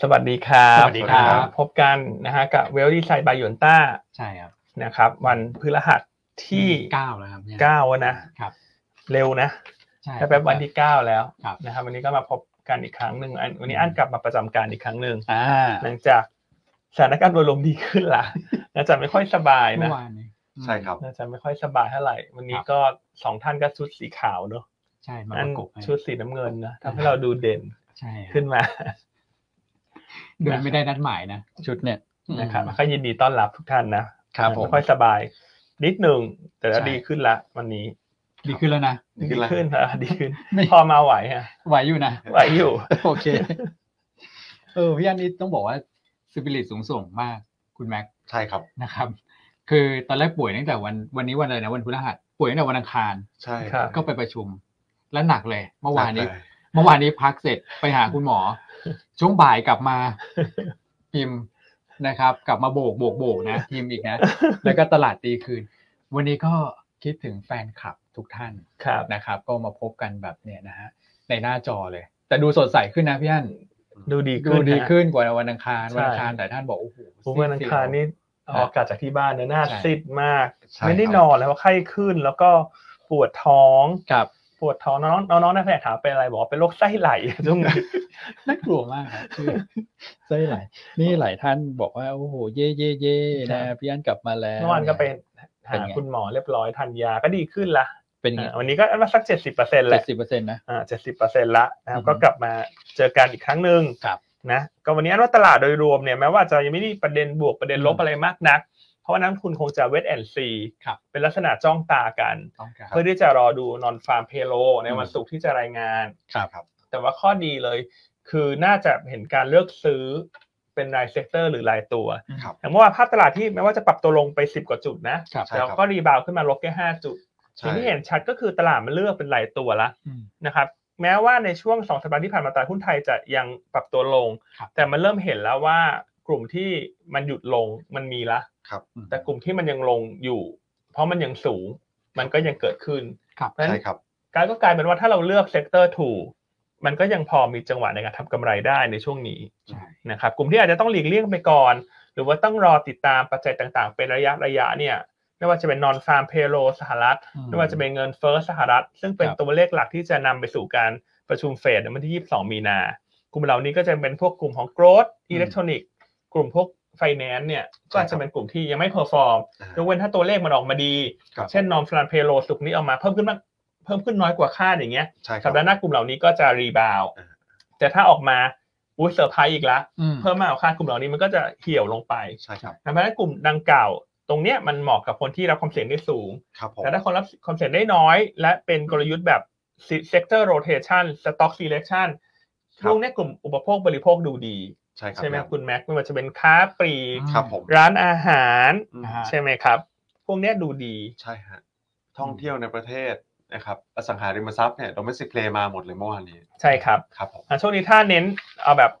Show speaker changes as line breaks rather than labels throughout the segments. สวัสดีครับ
สวัสดีครับ
พบกันนะฮะกับเวลดีไซน์บายยนต้า
ใช่ครับ
นะครับ วันพฤหัสที่
เก้าแล้วครับเนี่ย
เก้าแล้วนะครับ เร็วนะ
ใช่
แค่แป๊บวันที่เก้าแล้ว
ครับ
นะครับ วันนี้ก็มาพบกันอีกครั้งหนึ่งอันวันนี้อันกลับมาประจำการอีกครั้งหนึ่ง
อ่า
หลังจากสถานการณ์โดยรวมดีขึ้นละ น่าจะไม่ค่อยสบาย
เมื่
นะ
อวานนี้
ใช่ครับ
น่าจะไม่ค่อยสบายเท่าไหร่วันนี้ก็สองท่านก็ชุดสีขาวเนอะ
ใช่มา
อั
ป
น
ระกบให้
ชุดสีน้ำเงินนะทำให้เราดูเด่น
ใช่ครับ
ขึ้นมา
โดยไม่ได้นัดหมายนะ
ชุดเนี่ย
นะครับก็ยินดีต้อนรับทุกท่านนะ
ครับผม
ไม่ค่อยสบาย นิดหนึ่งแต่ก็
ใช่
ดีขึ้นละวันนี้
ดีขึ้นแล้วนะ
ดีขึ้นละ
ขึ้นละดีขึ้น
ไม่
พอมาไหวฮะ
ไหวอยู่นะ
ไหวอยู่
โอเค
เออพี่อันนี้ต้องบอกว่าสปิริตสูงส่งมากคุณแม็ก
ใช่ครับ
นะครับ คือตอนแรกป่วยตั้งแต่วันวันนี้วันอะไรนะวันพฤหัสป่วยตั้งแต่วันอังคาร
ใช่
ครับ
ก็ไปประชุม แล้วหนักเลย เมื่อวานนี้
ตั้งแต่
เมื่อวานนี้พักเสร็จไปหาคุณหมอ ช่วงบ่ายกลับมาพิมพ์นะครับ กลับมาโบกโบกโบกนะพิมพ์อีกนะ แล้วก็ตลาดตีคืน วันนี้ก็คิดถึงแฟนคลับทุกท่าน
ครับ
นะครับ ก็มาพบกันแบบเนี่ยนะฮะในหน้าจอเลย แต่ดูสดใสขึ้นนะพี่อัน
ดูดี
ดู
ขึ้
ดี
นะ
ขึ้นกว่าวันอังคาร
ใช่
วันอังคารแต่ท่านบอกโอ้โห
ผมวันอังคารนี่ออกอากาศจากที่บ้านเนี่ยหน้าซีดมาก
ใช่ครับ
ไม่ได้นอนแล้วไข้ขึ้นแล้วก็ปวดท้อง
ครับ
ปวดท้องน้องน้องน้องนักแสดงถามเป็นอะไรบอกว่าเป็นโรคไส้ไหลช่ว งนี้
น่ากลัวมากครับคือ
ใช่หลายนี่หลายท่านบอกว่า โอ้โห เย่เย่เย่นะพี่อันกลับมาแล้ว
เมื่อวานก็ไปหา
เป็นไง
คุณหมอเรียบร้อยทานยาก็ดีขึ้นละ
เป็นไง
อ่ะวันนี้ก็มาสักเจ็ดสิบเปอร์เซ็นต์แห
เจ็
ละ
ดสิบเปอร์เซ็นต์นะ
อ่าเจ็ดสิบเปอร์เซ็นต์ละนะครับ
อือฮึ
ก็กลับมาเจอกันอีกครั้งหนึ่ง
ครับ
นะก็วันนี้อันว่าตลาดโดยรวมเนี่ยแม้ว่าจะยังไม่ได้ประเด็นบวกประเด็นลบ
อืม
อะไรมากนัก เพราะว่านักลงทุนคงจะเวทแอนซี
ครับ
เป็นลักษณะจ้องตากัน
ต้องการ
เพื่อที่จะรอดูนอนฟาร์มเพโลใน
อืม
วันศุกร์ที่จะรายงาน
ครับครับ
แต่ว่าข้อดีเลย คือน่าจะเห็นการเลือกซื้อเป็นรายเซกเตอร์หรือรายตัว
ครับ
อย่างเมื่อวานภาพตลาดที่แม้ว่าจะปรับตัวลงไป10กว่าจุดนะครับ
ใช่
แต่
ครับ
ก็รีบาวด์ขึ้นมาลบแค่5จุด
ใช่
สิ่งที่เห็นชัดก็คือตลาดมันเลือกเป็นรายตัวละ
อืม
นะครับแม้ว่าในช่วงสองสัปดาห์ที่ผ่านมาตลาดหุ้นไทยจะยังปรับตัวลง
ครับ
แต่มันเริ่มเห็นแล้วว่ากลุ่มที่มันหยุดลงมันมีละ
ครับ
แต่กลุ่มที่มันยังลงอยู่ เพราะมันยังสูงมันก็ยังเกิดขึ้น
ครับ
เพราะฉะ
ใช่
นั้น
ครับ
การก็กลายเป็นว่าถ้าเราเลือกเซกเตอร์ถูกมันก็ยังพอมีจังหวะในการทำกำไรได้ในช่วงนี้
ใช่
นะครับกลุ่มที่อาจจะต้องหลีกเลี่ยงไปก่อน หรือว่าต้องรอติดตามปัจจัยต่างๆ เป็นระยะระยะเนี่ยไม่ว่าจะเป็นนอนฟาร์มเพโลสหรัฐ
อืม
ไม่ว่าจะเป็นเงินเฟ้อสหรัฐ ซึ่งเป็น
ครับ
ตัวเลขหลักที่จะนำไปสู่การประชุมเฟดในวันที่ 22 มีนา กลุ่มเหล่านี้ก็จะเป็นพวกกลุ่มของ growth
อืม
อิเล็กทรอนิกส์กลุ่มพวก finance เนี่ยก็อาจ
ใช่ค
จะ
รับ
เป็นกลุ่มที่ยังไม่เพอร์ฟอร์ม
อ่า
ยกเว้นถ้าตัวเลขมันออกมาดี
ครับ
เช่นนอมฟลานเพโลสุกร์นี้ออกมาเพิ่มขึ้นมากเพิ่มขึ้นน้อยกว่าคาดอย่างเงี้ย
ใช่ค
สั
รั
ป
บ
ดาห์หน้ากลุ่มเหล่านี้ก็จะรีบาวด์
อ่า
แต่ถ้าออกมาอุ้ยเซอร์ไพรส์อีกละ
อืม
เพิ่มมากกว่าคาดกลุ่มเหล่านี้มันก็จะเหี่ยวลงไป
ใช่ครับ
ดังนั้นกลุ่มดังกล่าวตรงเนี้ยมันเหมาะกับคนที่รับความเสี่ยงได้สูง
ครับผม
แต่ถ้าคนรับความเสี่ยงได้น้อย และเป็นกลยุทธ์แบบ sector rotation stock selection
ครับ
ช่วงเนี้ยกลุ่มอุปโภคบริโภคดูดี
ใช่ครับ
ใช่ไหมคุณแม็กไม่ว่าจะเป็นค้าปลีก
ครับผม
ร้านอาหาร
อืม
นะฮะ
ใช่ไหมครับ พวกเนี้ยดูดี
ใช่ฮะท่องเที่ยวในประเทศนะครับอสังหาริมทรัพย์เนี่ยโดเมสิกเลมาหมดเลยเมื่อวานนี้
ใช่ครับ
ครับผม
อ่ะช่วงนี้ถ้าเน้นเอาแบบ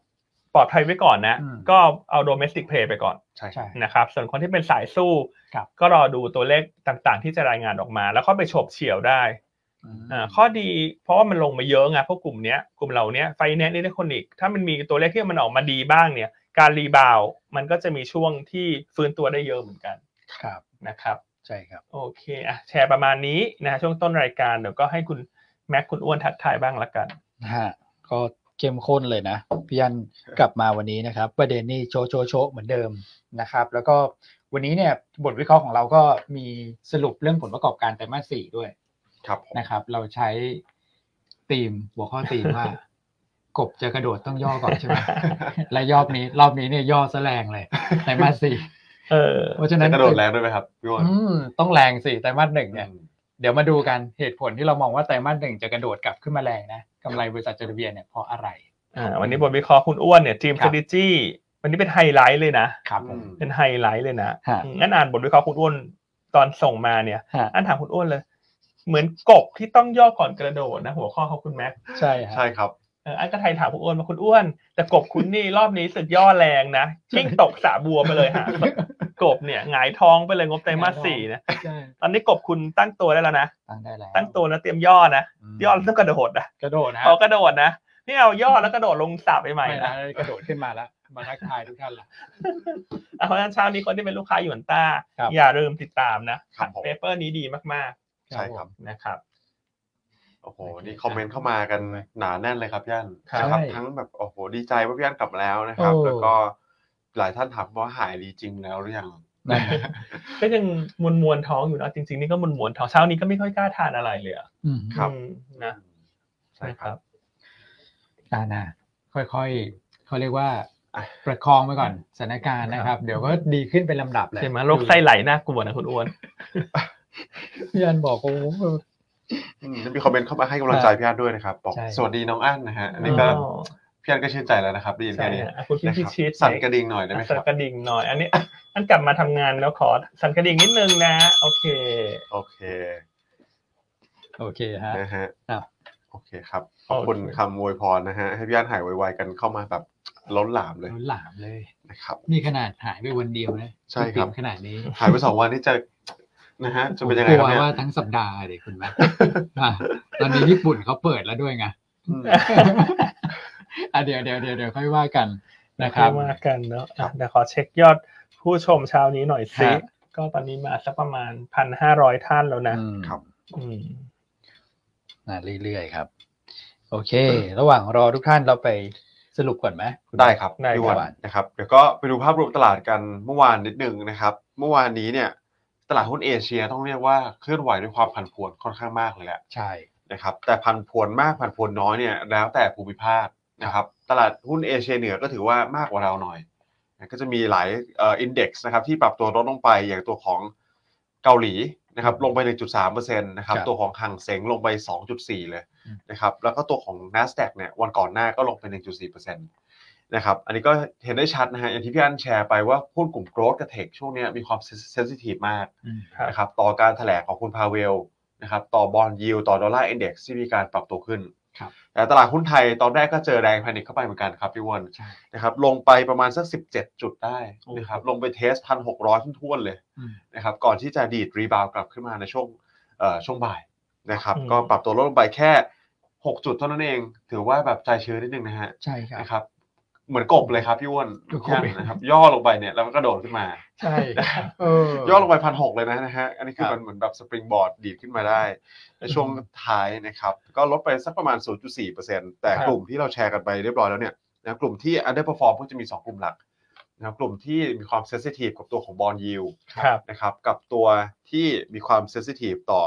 ปลอดภัยไว้ก่อนนะ
อืม
ก็เอาโดเมสติกเพลย์ไปก่อน
ใช่ครั
ใช่
บ
นะครับ ส่วนคนที่เป็นสายสู้
ครับ
ก็รอดูตัวเลขต่างๆ ที่จะรายงานออกมา แล้วก็ไปฉกเฉี่ยวได้ อ่าข้อดีเพราะว่ามันลงมาเยอะไงพวกกลุ่มเนี้ยกลุ่มเหล่าเนี้ไฟแนนซ์อิเล็กทรอนิกส์ถ้ามันมีตัวเลขที่มันออกมาดีบ้างเนี่ยการรีบาวด์มันก็จะมีช่วงที่ฟื้นตัวได้เยอะเหมือนกัน
ครับ
นะครับ
ใช่ครับ
โอเคอ่ะแชร์ประมาณนี้นะฮะช่วงต้นรายการเดี๋ยวก็ให้คุณแม็กคุณอ้วนทักทายบ้างละกัน
นะฮะ
ก็เข้มข้นเลยนะพี่ยันกลับมาวันนี้นะครับ ประเด็นนี่โชว์โชว์โชว์เหมือนเดิมนะครับ แล้วก็วันนี้เนี่ยบทวิเคราะห์ของเราก็มี
สรุปเรื่องผลประกอบการไตรมาสสี่ด้วย
ครับผม
นะครับเราใช้ธีมหัวข้อธีมว่า กบจะกระโดดต้องย่อก่อนใช่ไหม และยอบนี้ รอบนี้เนี่ยย่อซะแรงเลยไตรมาสสี่
เออ
เพราะฉะนั้
จะ
น
กระโดดแรงด้วยไหมครับพี่อ้วน
อืมต้องแรงสิไตรมาสหนึ่งเนี่ย
อืม
เดี๋ยวมาดูกันเหตุผลที่เรามองว่าไตรมาสหนึ่งจะกระโดดกลับขึ้นมาแรงนะกำไรบริษัทจดทะเบียนเนี่ยเพราะอะไร
อ่าวันนี้บทวิเคราะห์คุณอ้วนเนี่ยทีม strategy วันนี้เป็นไฮไลท์เลยนะ
ครับผม
อืม
เป็นไฮไลท์เลยนะ
ฮะ
อืมงั้นอ่านบทวิเคราะห์คุณอ้วนตอนส่งมาเนี่ย
ฮะ
อันถามคุณอ้วนเลย เหมือนกบที่ต้องย่อก่อนกระโดดนะ หัวข้อเขาคุณแม็ก
ใช่ฮะ
ใช่ครับ
เอออันก็ไทยถามคุณอ้วนมาคุณอ้วน แต่กบคุณนี่ รอบนี้สึกย่อแรงนะยิ่งตกสาบัวไปเลยฮะ กบเนี่ยหงายท้องไปเลยงบไตรมาสสี่นะ
ใช่
ตอนนี้กบคุณตั้งตัวได้แล้วนะ
ตั้งได้แล้ว
ตั้งตัวนะเตรียมย่อนะย่อแล้วต้องกระโดดนะ
กระโดดนะ
พอกระโดดนะ นี่เอาย่อแล้วกระโดดลงสาบไปใหม่
ไม่นะ
นะ
กระโดดขึ้นมาแล้วมาทักทายทุกท่านละ
อ่ะ เพราะฉะนั้นเช้านี้คนที่เป็นลูกค้าหยวนต้า
ครับ
อย่าลืมติดตามนะครับ
ผม
เปเปอร์นี้ดีมาก
ใช่ครับ
ๆนะครับ
โอ้โห นี่คอมเมนต์เข้ามากันหนาแน่นเลยครับพี่อัน
ครับ
นะครับ
ใช่
ทั้งแบบโอ้โห ดีใจว่าพี่อันกลับมาแล้วนะครับ
โอ้
แล้วก็หลายท่านถามว่าหายดีจริงแล้วหรือยัง
นะ
ก็ยังมวนมวนๆท้องอยู่นะจริงๆนี่ก็มวนมวนๆท้องเช้านี้ก็ไม่ค่อยกล้าทานอะไรเลยอะ
อืม
ครับ
อืมนะ
ใช่ครับ
อ่านะค่อยๆเขาเรียกว่า
อ่ะ
ประคองไว้ก่อนสถานการณ์นะครับ เดี๋ยวก็ดีขึ้นเป็นลำดับแหละ
ใช่ไหมโรคไส้ไหลน่ากลัวนะคุณอ้วน
พี่อันบอกโอ้โห
อืมแล้วมีคอมเมนต์เข้ามาให้กำลังใจพี่อันด้วยนะครับบอก
ใช่
สวัสดีน้องอั้นนะฮะอันนี้ก็
อ๋อ
พี่อันก็ชื่นใจแล้วนะครับได้ยิน
ใช่
แค่นี้
ฮะอ่ะคุณพี่
นะค
พี่
รับ
ชีส
สั่นกระดิ่งหน่อยได้ไหมค
สั่น
รับ
กระดิ่งหน่อย อันนี้ อันกลับมาทำงานแล้วขอสั่นกระดิ่งนิดนึงนะ โอเค
โอเค
โอเคฮะ
นะฮะ
อ้าว
โอเคครับขอบคุณ
โอเค
คำอวยพรนะฮะให้พี่อันหายไวๆกันเข้ามาแบบล้นหลามเลย
ล้นหลามเลย
นะครับ
มีขนาดหายไปวันเดียวนะ
ใช่ครั
ณ
บ
ปิ่มขนาดนี้
หายไปสองวันนี่จะนะฮะจะเป็นยังไง
ผมก
ค
ลั
รับ
ว
เนี่ย
ว่าทั้งสัปดาห์เลยคุณแม่ อ่ะตอนนี้ญี่ปุ่นเขาเปิดแล้วด้วยไง
อืม
อ่ะเดี๋ยวเดี๋ยวเดี๋ยวเดี๋ยวค่อยว่ากันนะครับ
มากันเนาะอ่ะเดี๋ยวขอเช็คยอดผู้ชมเช้านี้หน่อยสิก็ตอนนี้มาสักประมาณพันห้าร้อยท่านแล้วนะ
อืม
ครับ
อืม
นะเรื่อยๆครับ โอเค ระหว่างรอทุกท่านเราไปสรุปก่อนไหมณ
ได้ครับ
ได้
พี่วัน
ครับ
นะครับเดี๋ยวก็ไปดูภาพรวมตลาดกันเมื่อวานนิดหนึ่งนะครับ เมื่อวานนี้เนี่ยตลาดหุ้นเอเชียต้องเรียกว่าเคลื่อนไหวด้วยความผันผวนค่อนข้างมากเลยแหละ
ใช่
นะครับแต่ผันผวนมากผันผวนน้อยเนี่ยแล้วแต่ภูมิภาคนะครับตลาดหุ้นเอเชียเหนือก็ถือว่ามากกว่าเราหน่อยนะก็จะมีหลายเอ่ออินเด็กซ์นะครับที่ปรับตัวลดลงไปอย่างตัวของเกาหลีนะครับลงไป 1.3%นะครับ
ครับ
ตัวของหังเสงลงไป 2.4 เลย นะครับแล้วก็ตัวของ N a s d a q เนี่ยวันก่อนหน้าก็ลงไป 1.4%นะครับอันนี้ก็เห็นได้ชัดนะฮะอย่างที่พี่อันแชร์ไปว่าหุ้นกลุ่มโก t h กับเทคช่วงเนี้ยมีความเซนซิทีฟมาก
ครับ
นะครับต่อการแถลงของคุณพาเวลนะครับต่อบอลยิวต่อดอลลาร์อินเด็กซ์ที่มีการปรับตัวขึ้น
ครับ
แต่ตลาดหุ้นไทยตอนแรกก็เจอแรงแพนิคเข้าไปเหมือนกันครับพี่อ้วน
ใช่
นะครับลงไปประมาณสัก 17 จุดได้นะครับลงไปเทสพันหกร้อยทุ่นๆเลย
อืม
นะครับก่อนที่จะดีดรีบาวกลับขึ้นมาในช่วงเอ่อช่วงบ่ายนะครับ
อืม
ก็ปรับตัวลดลงไปแค่ 6 จุดเท่านั้นเอง ถือว่าแบบใจชื้นนิดนึงนะฮะ
ใช่ครับ
นะครับเหมือนกบเลยครับพี่อ้วน
กบกบ
นะครับย่อลงไปเนี่ยแล้วมันก็โดดขึ้นมา
ใช่เออ
ย่อลงไปพันหกเลยนะนะฮะอันนี้คือ
ครับ
มันเหมือนแบบสปริงบอร์ดดีดขึ้นมาได้ในช่วงท้ายนะครับก็ลดไปสักประมาณ 0.4%แต่
ครับ
กลุ่มที่เราแชร์กันไปเรียบร้อยแล้วเนี่ยนะกลุ่มที่ underperform ก็จะมี 2 กลุ่มหลักนะครับกลุ่มที่มีความ sensitive กับตัวของ bond yield
ครับ
นะครับกับตัวที่มีความเซนซิทีฟต่อ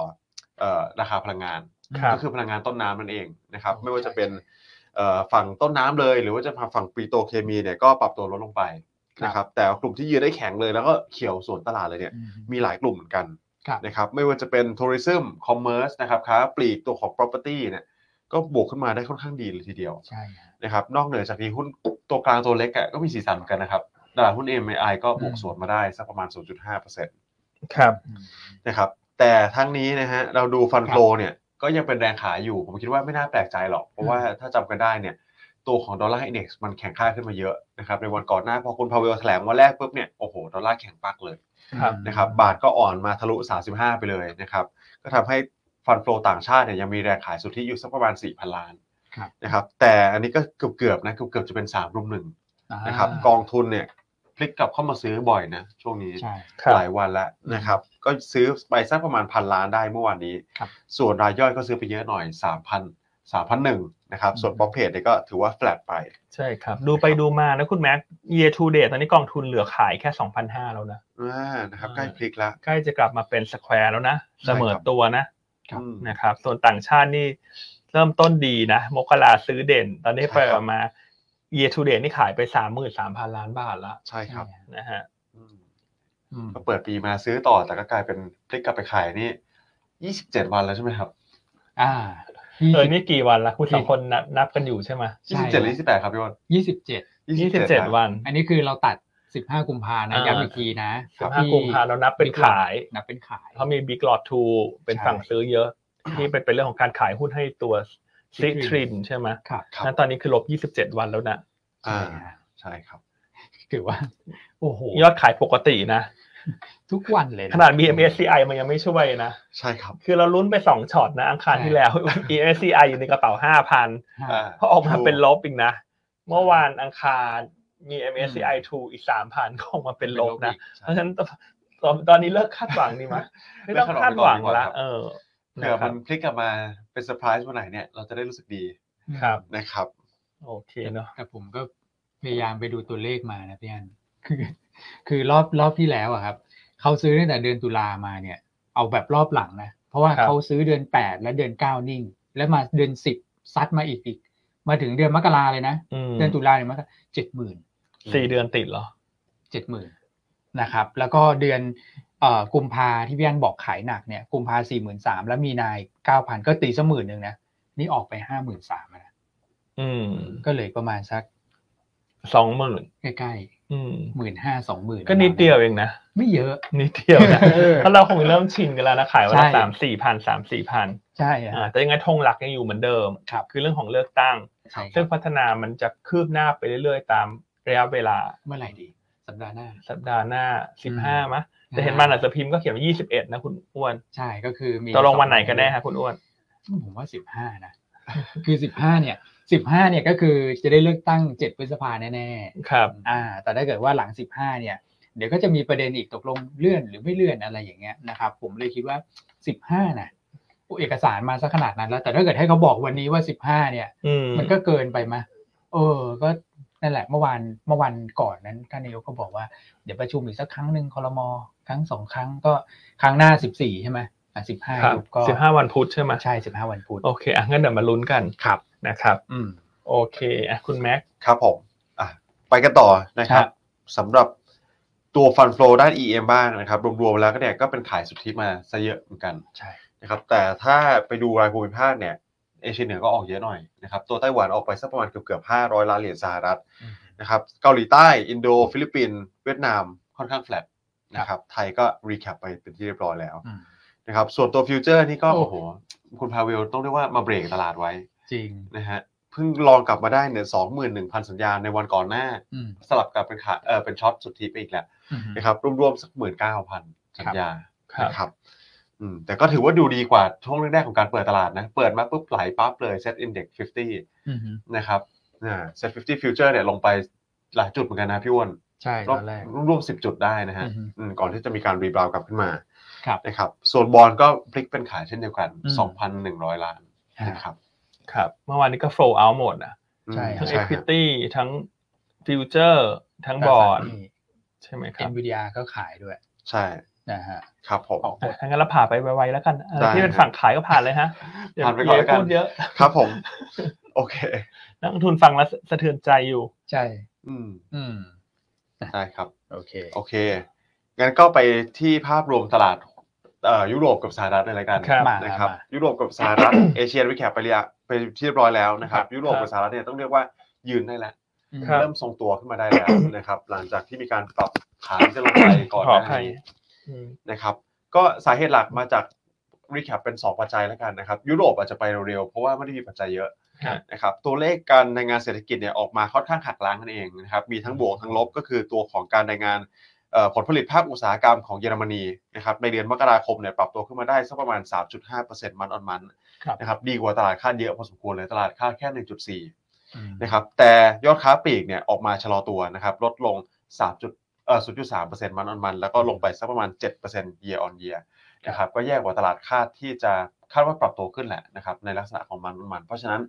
เออราคาพลังงาน
ครับ
ก็คือพลังงานต้นน้ำนั่นเองนะครับ
โอ้
ไม่ว่า
ใช่
จะเป็นเอ่อฝั่งต้นน้ำเลย หรือว่าจะมาฝั่งปิโตรเคมีเนี่ยก็ปรับตัวลดลงไป
ครับ
นะครับแต่กลุ่มที่ยืนได้แข็งเลยแล้วก็เขียวสวนตลาดเลยเนี่ย
อืม
มีหลายกลุ่มเหมือนกัน
ครับ
นะครับไม่ว่าจะเป็นทัวริซึมคอมเมอร์สนะครับค้าปลีกตัวของ property เนี่ยก็บวกขึ้นมาได้ค่อนข้างดีเลยทีเดียว
ใช่ฮะ
นะครับนอกเหนือจากนี้หุ้นตัวกลางตัวเล็กอะก็มีสีสันเหมือนกันนะครับตลาดหุ้น MAI ก็บวก
อืม
สวนมาได้สักประมาณ 0.5%
ครับ
อืม
นะครับแต่ทั้งนี้นะฮะเราดูฟัน
ครับ
โฟเนี่ยก็ยังเป็นแรงขายอยู่ ผมคิดว่าไม่น่าแปลกใจหรอก เพราะว่าถ้าจำกันได้เนี่ยตัวของดอลลาร์อินเด็กซ์มันแข็งค่าขึ้นมาเยอะนะครับในวันก่อนหน้าพอคุณพาเวลแถลงวันแรกปุ๊บเนี่ยโอ้โหดอลลาร์แข็งปักเลย
ครับ
นะครับบาทก็อ่อนมาทะลุ 35 ไปเลยนะครับก็ทำให้ฟันโฟต่างชาติเนี่ยยังมีแรงขายสุทธิอยู่สักประมาณ 4,000 ล้าน
ครับ
นะครับแต่อันนี้ก็เกือบเกือบๆนะเกือบเกือบๆจะเป็น3รุมหนึ่ง
อ่า
นะครับกองทุนเนี่ยพลิกกลับเข้ามาซื้อบ่อยนะช่วงนี้
ใช่
ครับ
หลายวันแล้วนะครับ ก็ซื้อไปสักประมาณพันล้านได้เมื่อวานนี้
ครับ
ส่วนรายย่อยก็ซื้อไปเยอะหน่อย 3,000 3,001นะครับ ส่วน
อืม
บล็อกเพจเนี่ยก็ถือว่าแฟลตไป
ใช่ครับ ดูไปดูมานะคุณแม็ก year to date ตอนนี้กองทุนเหลือขายแค่ 2,500 แล้วนะ
อ่า นะครับ
อ่า
ใกล้พลิกแล้ว
ใกล้จะกลับมาเป็นสแควร์แล้วนะ
ใช่
เสมอ
ครับ
ตัวนะ
ครับ
อืม
นะครับส่วนต่างชาตินี่เริ่มต้นดีนะ มกราซื้อเด่น ตอนนี้ไป
ใช่ครับ
มา year to date นี่ขายไปสามหมื่นสามพันล้านบาทละ
ใช่ครับ
นะฮะ
อืม
อืม
ก็เปิดปีมาซื้อต่อแต่ก็กลายเป็นพลิกกลับไปขายนี่ 27 วันแล้วใช่ไหมครับ
อ่า
เออนี่กี่วันละคุณสองคนนับนับกันอยู่ใช่ไหม
27หรือ28 ครับพี่วอน
ยี่สิบเจ็ด
ยี่สิบเจ็ด
วัน
วัน
อันนี้คือเราตัด 15 กุมภานะ
อ่า
ย้ำอีกทีนะ
สิบห้ากุมภาเรานับเป็นขาย
นับเป็นขาย
เขาะมี big lot two เป็น
ใช่
ฝั่งซื้อเยอะ ที่เป็นเป็นเรื่องของการขายหุ้นให้ตัวซิทริน
Citrin
ใช่ไหม
ครับ
ครับ
นั้นตอนนี้คือลบยี่สิบเจ็ดวันแล้วนะ
อ่า
ใช่ฮะ
ใช่ครับ
คือว่า โอ้โห
ยอดขายปกตินะ
ทุกวันเลยะ
ขนาด BMSCI มันยังไม่ช่วยนะ
ใช่ครับ
คือเราลุ้นไปสองช็อตนะอังคารที่แล้ว BMSCI อยู่ในกระเป๋าห้าพัน
อ่า
พอออกมาเป็นลบอีกนะ เมื่อวานอังคารมี MSCI 2อีกสามพันก็ออกมาเป็นลบนะ เพราะฉะนั้นตตอนตอนนี้เลิกคาดหวังดีมั้ยไม่ต้องคาดหวังละเออ
เผื่อมันพลิกกลับมาเป็นเซอร์ไพรส์วันไหนเนี่ยเราจะได้รู้สึกดี
ครับ
นะครับ
โอเคเนาะ
แต่ผมก็พยายามไปดูตัวเลขมานะพี่อันคือคือรอบรอบที่แล้วอะครับเขาซื้อตั้งแต่เดือนตุลามาเนี่ย เอาแบบรอบหลังนะ เพราะว่าเขาซื้อเดือนแปดและเดือนเก้านิ่ง แล้วมาเดือนสิบซัดมาอีกอีก มาถึงเดือนมกราเลยนะ
อืม
เดือนตุลาเนี่ยมันก็เจ็ดหมื่น
สี่เดือนติดเหรอ
เจ็ดหมื่นนะครับ แล้วก็เดือนเอ่อกุมภาที่พี่อันบอกขายหนักเนี่ยกุมภาสี่หมื่นสามแล้วมีนายเก้าพันก็ตีซะหมื่นหนึ่งนะนี่ออกไปห้าหมื่นสามนะ
อืม
ก็เหลยประมาณสัก
สองหมื่น
ใกล้ๆ
อืม
หมื่นห้าสองหมื่น
ก็นิดเดียวเองนะ
ไม่เยอะ
นิดเดียวนะ
เออ
เพราะเราคงเริ่มชินกันแล้วนะขายวัน
ใช่
ละสามสี่พันสามสี่พัน
ใช่
อ่า
ฮะ
แต่ยังไงธงหลักยังอยู่เหมือนเดิม
ครับ
คือเรื่องของเลือกตั้ง
ใช่ครั
ซึ่
บ
งพัฒนามันจะคืบหน้าไปเรื่อยๆ ตามระยะเวลา
เมื่อไหร่ดี สัปดาห์หน้า
สัปดาห์หน้าสิบห้าม มะแต่เห็นมันหนังสือพิมพ์ก็เขียนยี่สิบเอ็ดนะคุณอ้วน
ใช่ก็คือมี
ตกลงวันไหนกันแน่ฮะคุณอ้วน
ผมว่าสิบห้านะ คือสิบห้าเนี่ยสิบห้าเนี่ยก็คือจะได้เลือกตั้งเจ็ดพฤษภาแน่
ครับ
ๆอ่า แต่ถ้าเกิดว่าหลังสิบห้าเนี่ย เดี๋ยวก็จะมีประเด็นอีกตกลงเลื่อนหรือไม่เลื่อนอะไรอย่างเงี้ยนะครับ ผมเลยคิดว่าสิบห้านะโอ้เอกสารมาซะขนาดนั้นแล้ว แต่ถ้าเกิดให้เขาบอกวันนี้ว่าสิบห้าเนี่ย
อืม
มันก็เกินไปมะเออ ก็นั่นแหละเมื่อวานเมื่อวันก่อนนั้นท่านนายกก็บอกว่าเดี๋ยวประชุมอีกสักครั้งหนึ่งคอรมอครั้งสองครั้งก็ครั้งหน้าสิบสี่ใช่ไหมอ่ะสิบห้า
ครับ
ก็
สิบห้าวันพุธใช่ไหม
ใช่สิบห้าวันพุธ
โอเคอ่ะงั้นเดี๋ยวมาลุ้นกัน
ครับ
นะครับ
อืม
โอเคอ่ะคุณแม็ก
ครับผมอ่ะไปกันต่อนะค
ค
รับ
รับ
สำหรับตัวฟันฟลอด้าน EM บ้างนะครับ รวมๆแล้วก็เนี่ยก็เป็นขายสุทธิมาซะเยอะเหมือนกัน
ใช่
นะครับ แต่ถ้าไปดูรายภูมิภาคเนี่ยเอเชียเหนือก็ออกเยอะหน่อยนะครับตัวไต้หวันออกไปสักประมาณเกือบเกือบห้าร้อยล้านเหรียญสหรัฐ
อืม
นะครับเกาหลีใต้ อินโด ฟิลิปปินส์เวียดนามค่อนข้างแฟลตนะครับไทยก็รีแคปไปเป็นที่เรียบร้อยแล้ว
อืม
นะครับส่วนตัวฟิวเจอร์นี่ก็
โอ้
โอ้โหคุณพาเวลต้องเรียกว่ามาเบรกตลาดไว้
จริง
นะฮะเพิ่งลองกลับมาได้เนี่ยสองหมื่นหนึ่งพันสัญญาในวันก่อนหน้า
อืม
สลับกับเป็นขาเออเป็นช็อตสุดทีไปอีกแหละ
อืม
นะครับรวมๆสักหมื่นเก้าพันสัญญา
ครับ
นะครับอืมแต่ก็ถือว่าดูดีกว่าช่วงแรกๆของการเปิดตลาดนะ เปิดมาปุ๊บไหลปั๊บเลยเซ็ตอินเด็กซ์
อืม
50 นะครับเซ็ต50 ฟิวเจอร์เนี่ยลงไปหลายจุดเหมือนกันนะพี่อ้วน
ใช่ตอนแรก
รวมๆ10 จุดได้นะฮะ
อือฮึ
อืมก่อนที่จะมีการรีบาวกลับขึ้นมา
ครับ
นะครับส่วนบอลก็พลิกเป็นขายเช่นเดียวกัน
อืม
2,100 ล้านนะครับ
ครับ เมื่อวานนี้ก็ flow out หมดนะ
อืม
ใช่
ทั้ง
ฮะ
equity ทั้ง future ทั้งบอร์ดใช่ไหมค
เอ็
รับ
นวีดีอาก็ขายด้วย
ใช่
นะฮะ
ครับผม
ออกหมด
ทั้างนั้นเราผ่านไปไวๆแล้วกันอะไร
ได้
ที่เป็นฝั่งขายก็ผ่านเลยฮะ
ผ่านไปก่อนแล้วกัน
พูดเยอะ
ครับ ผม โอเค
นักลงทุนฟังแล้วสะเทือนใจอยู่
ใช่
อืม
อืม
ได้ครับ
โอเค
โอเค งั้นก็ไปที่ภาพรวมตลาดเอ่อยุโรปกับสหรัฐเลยละกัน
ครับ
มา
นะครับ
มา
ยุโรปกับสหรั ฐ เอเชียวิแคปไปเรียไปที่เรียบร้อยแล้วนะครับ ยุโรปกับสหรัฐเนี่ยต้องเรียกว่ายืนได้แล้ว
ครับ
เริ่มทรงตัวขึ้นมาได้ แล้ว นะครับ หลังจากที่มีการปรับขาที่จะลงไปก่อน
ขอ
ห
อภั
น้าย นี้
อืม
นะครับก็สาเหตุหลักมาจากรีแคปเป็น 2 ปัจจัยแล้วกันนะครับยุโรปอาจจะไปเร็วๆเพราะว่าไม่ได้มีปัจจัยเยอะ
ครับ
นะครับตัวเลขการรายงานเศรษฐกิจเนี่ยออกมาค่อนข้างหักล้างนั่นเองนะครับมีทั้งบวกทั้งลบก็คือตัวของการรายงานเอ่อผลผลิตภาคอุตสาหกรรมของเยอรมนีนะครับในเดือนมกราคมเนี่ยปรับตัวขึ้นมาได้สักประมาณ 3.5%มันออนมัน
ครับ
นะครับดีกว่าตลาดคาดเยอะพอสมควรเลยตลาดคาดแค่ 1.4
อืม
นะครับแต่ยอดค้าปลีกเนี่ยออกมาชะลอตัวนะครับลดลง3จุดเอ่อ0.3เปอร์เซ็นต์มันออนมัน แล้วก็ลงไปสักประมาณ7เปอร์เซ็นต์ year on year นะครับก็แย่กว่าตลาดคาดที่จะคาดว่าปรับตัวขึ้นแหละนะครับในลักษณะของมันออนมัน เพราะฉะนั้น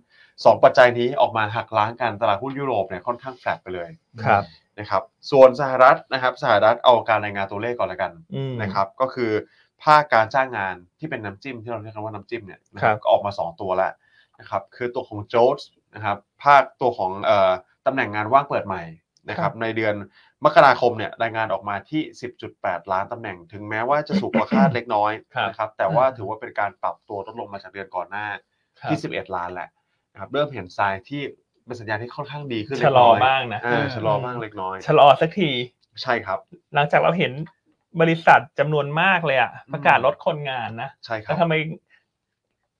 2 ปัจจัยนี้ออกมาหักล้างกันตลาดหุ้นยุโรปเนี่ยค่อนข้างแฟลตไปเลย
ครับ
นะครับส่วนสหรัฐนะครับสหรัฐเอาการรายงานตัวเลขก่อนละกัน
อืม
นะครับก็คือภาคการจ้างงานที่เป็นน้ำจิ้มที่เราเรียกกันว่าน้ำจิ้มเนี่ยนะค
ครั
รับบ ก็ออกมา 2 ตัวแล้วนะครับคือตัวของโจทส์นะครับภาคตัวของเอ่อตำแหน่งงานว่างเปิดใหม่นะครับในเดือนมกราคมเนี่ยรายงานออกมาที่ 10.8 ล้านตำแหน่ง ถึงแม้ว่าจะสูงกว่าคาดเล็กน้อยนะครับแต่ว่าถือว่าเป็นการปรับตัวลดลงมาจากเดือนก่อนหน้า
ครับ
ที่ 11 ล้านแหละนะครับเริ่มเห็นทรายที่เป็นสัญญาณที่ค่อนข้างดีขึ้น
ชะ
เก
ลอ
น้ย
บ้างนะ
อ่าชะลอบ้างเล็กน้อย
ชะลอสักที
ใช่ครับ
หลังจากเราเห็นบริษัทจำนวนมากเลยอะประกาศลดคนงานนะ
ใช่ครั
แล้
บ
วทำไม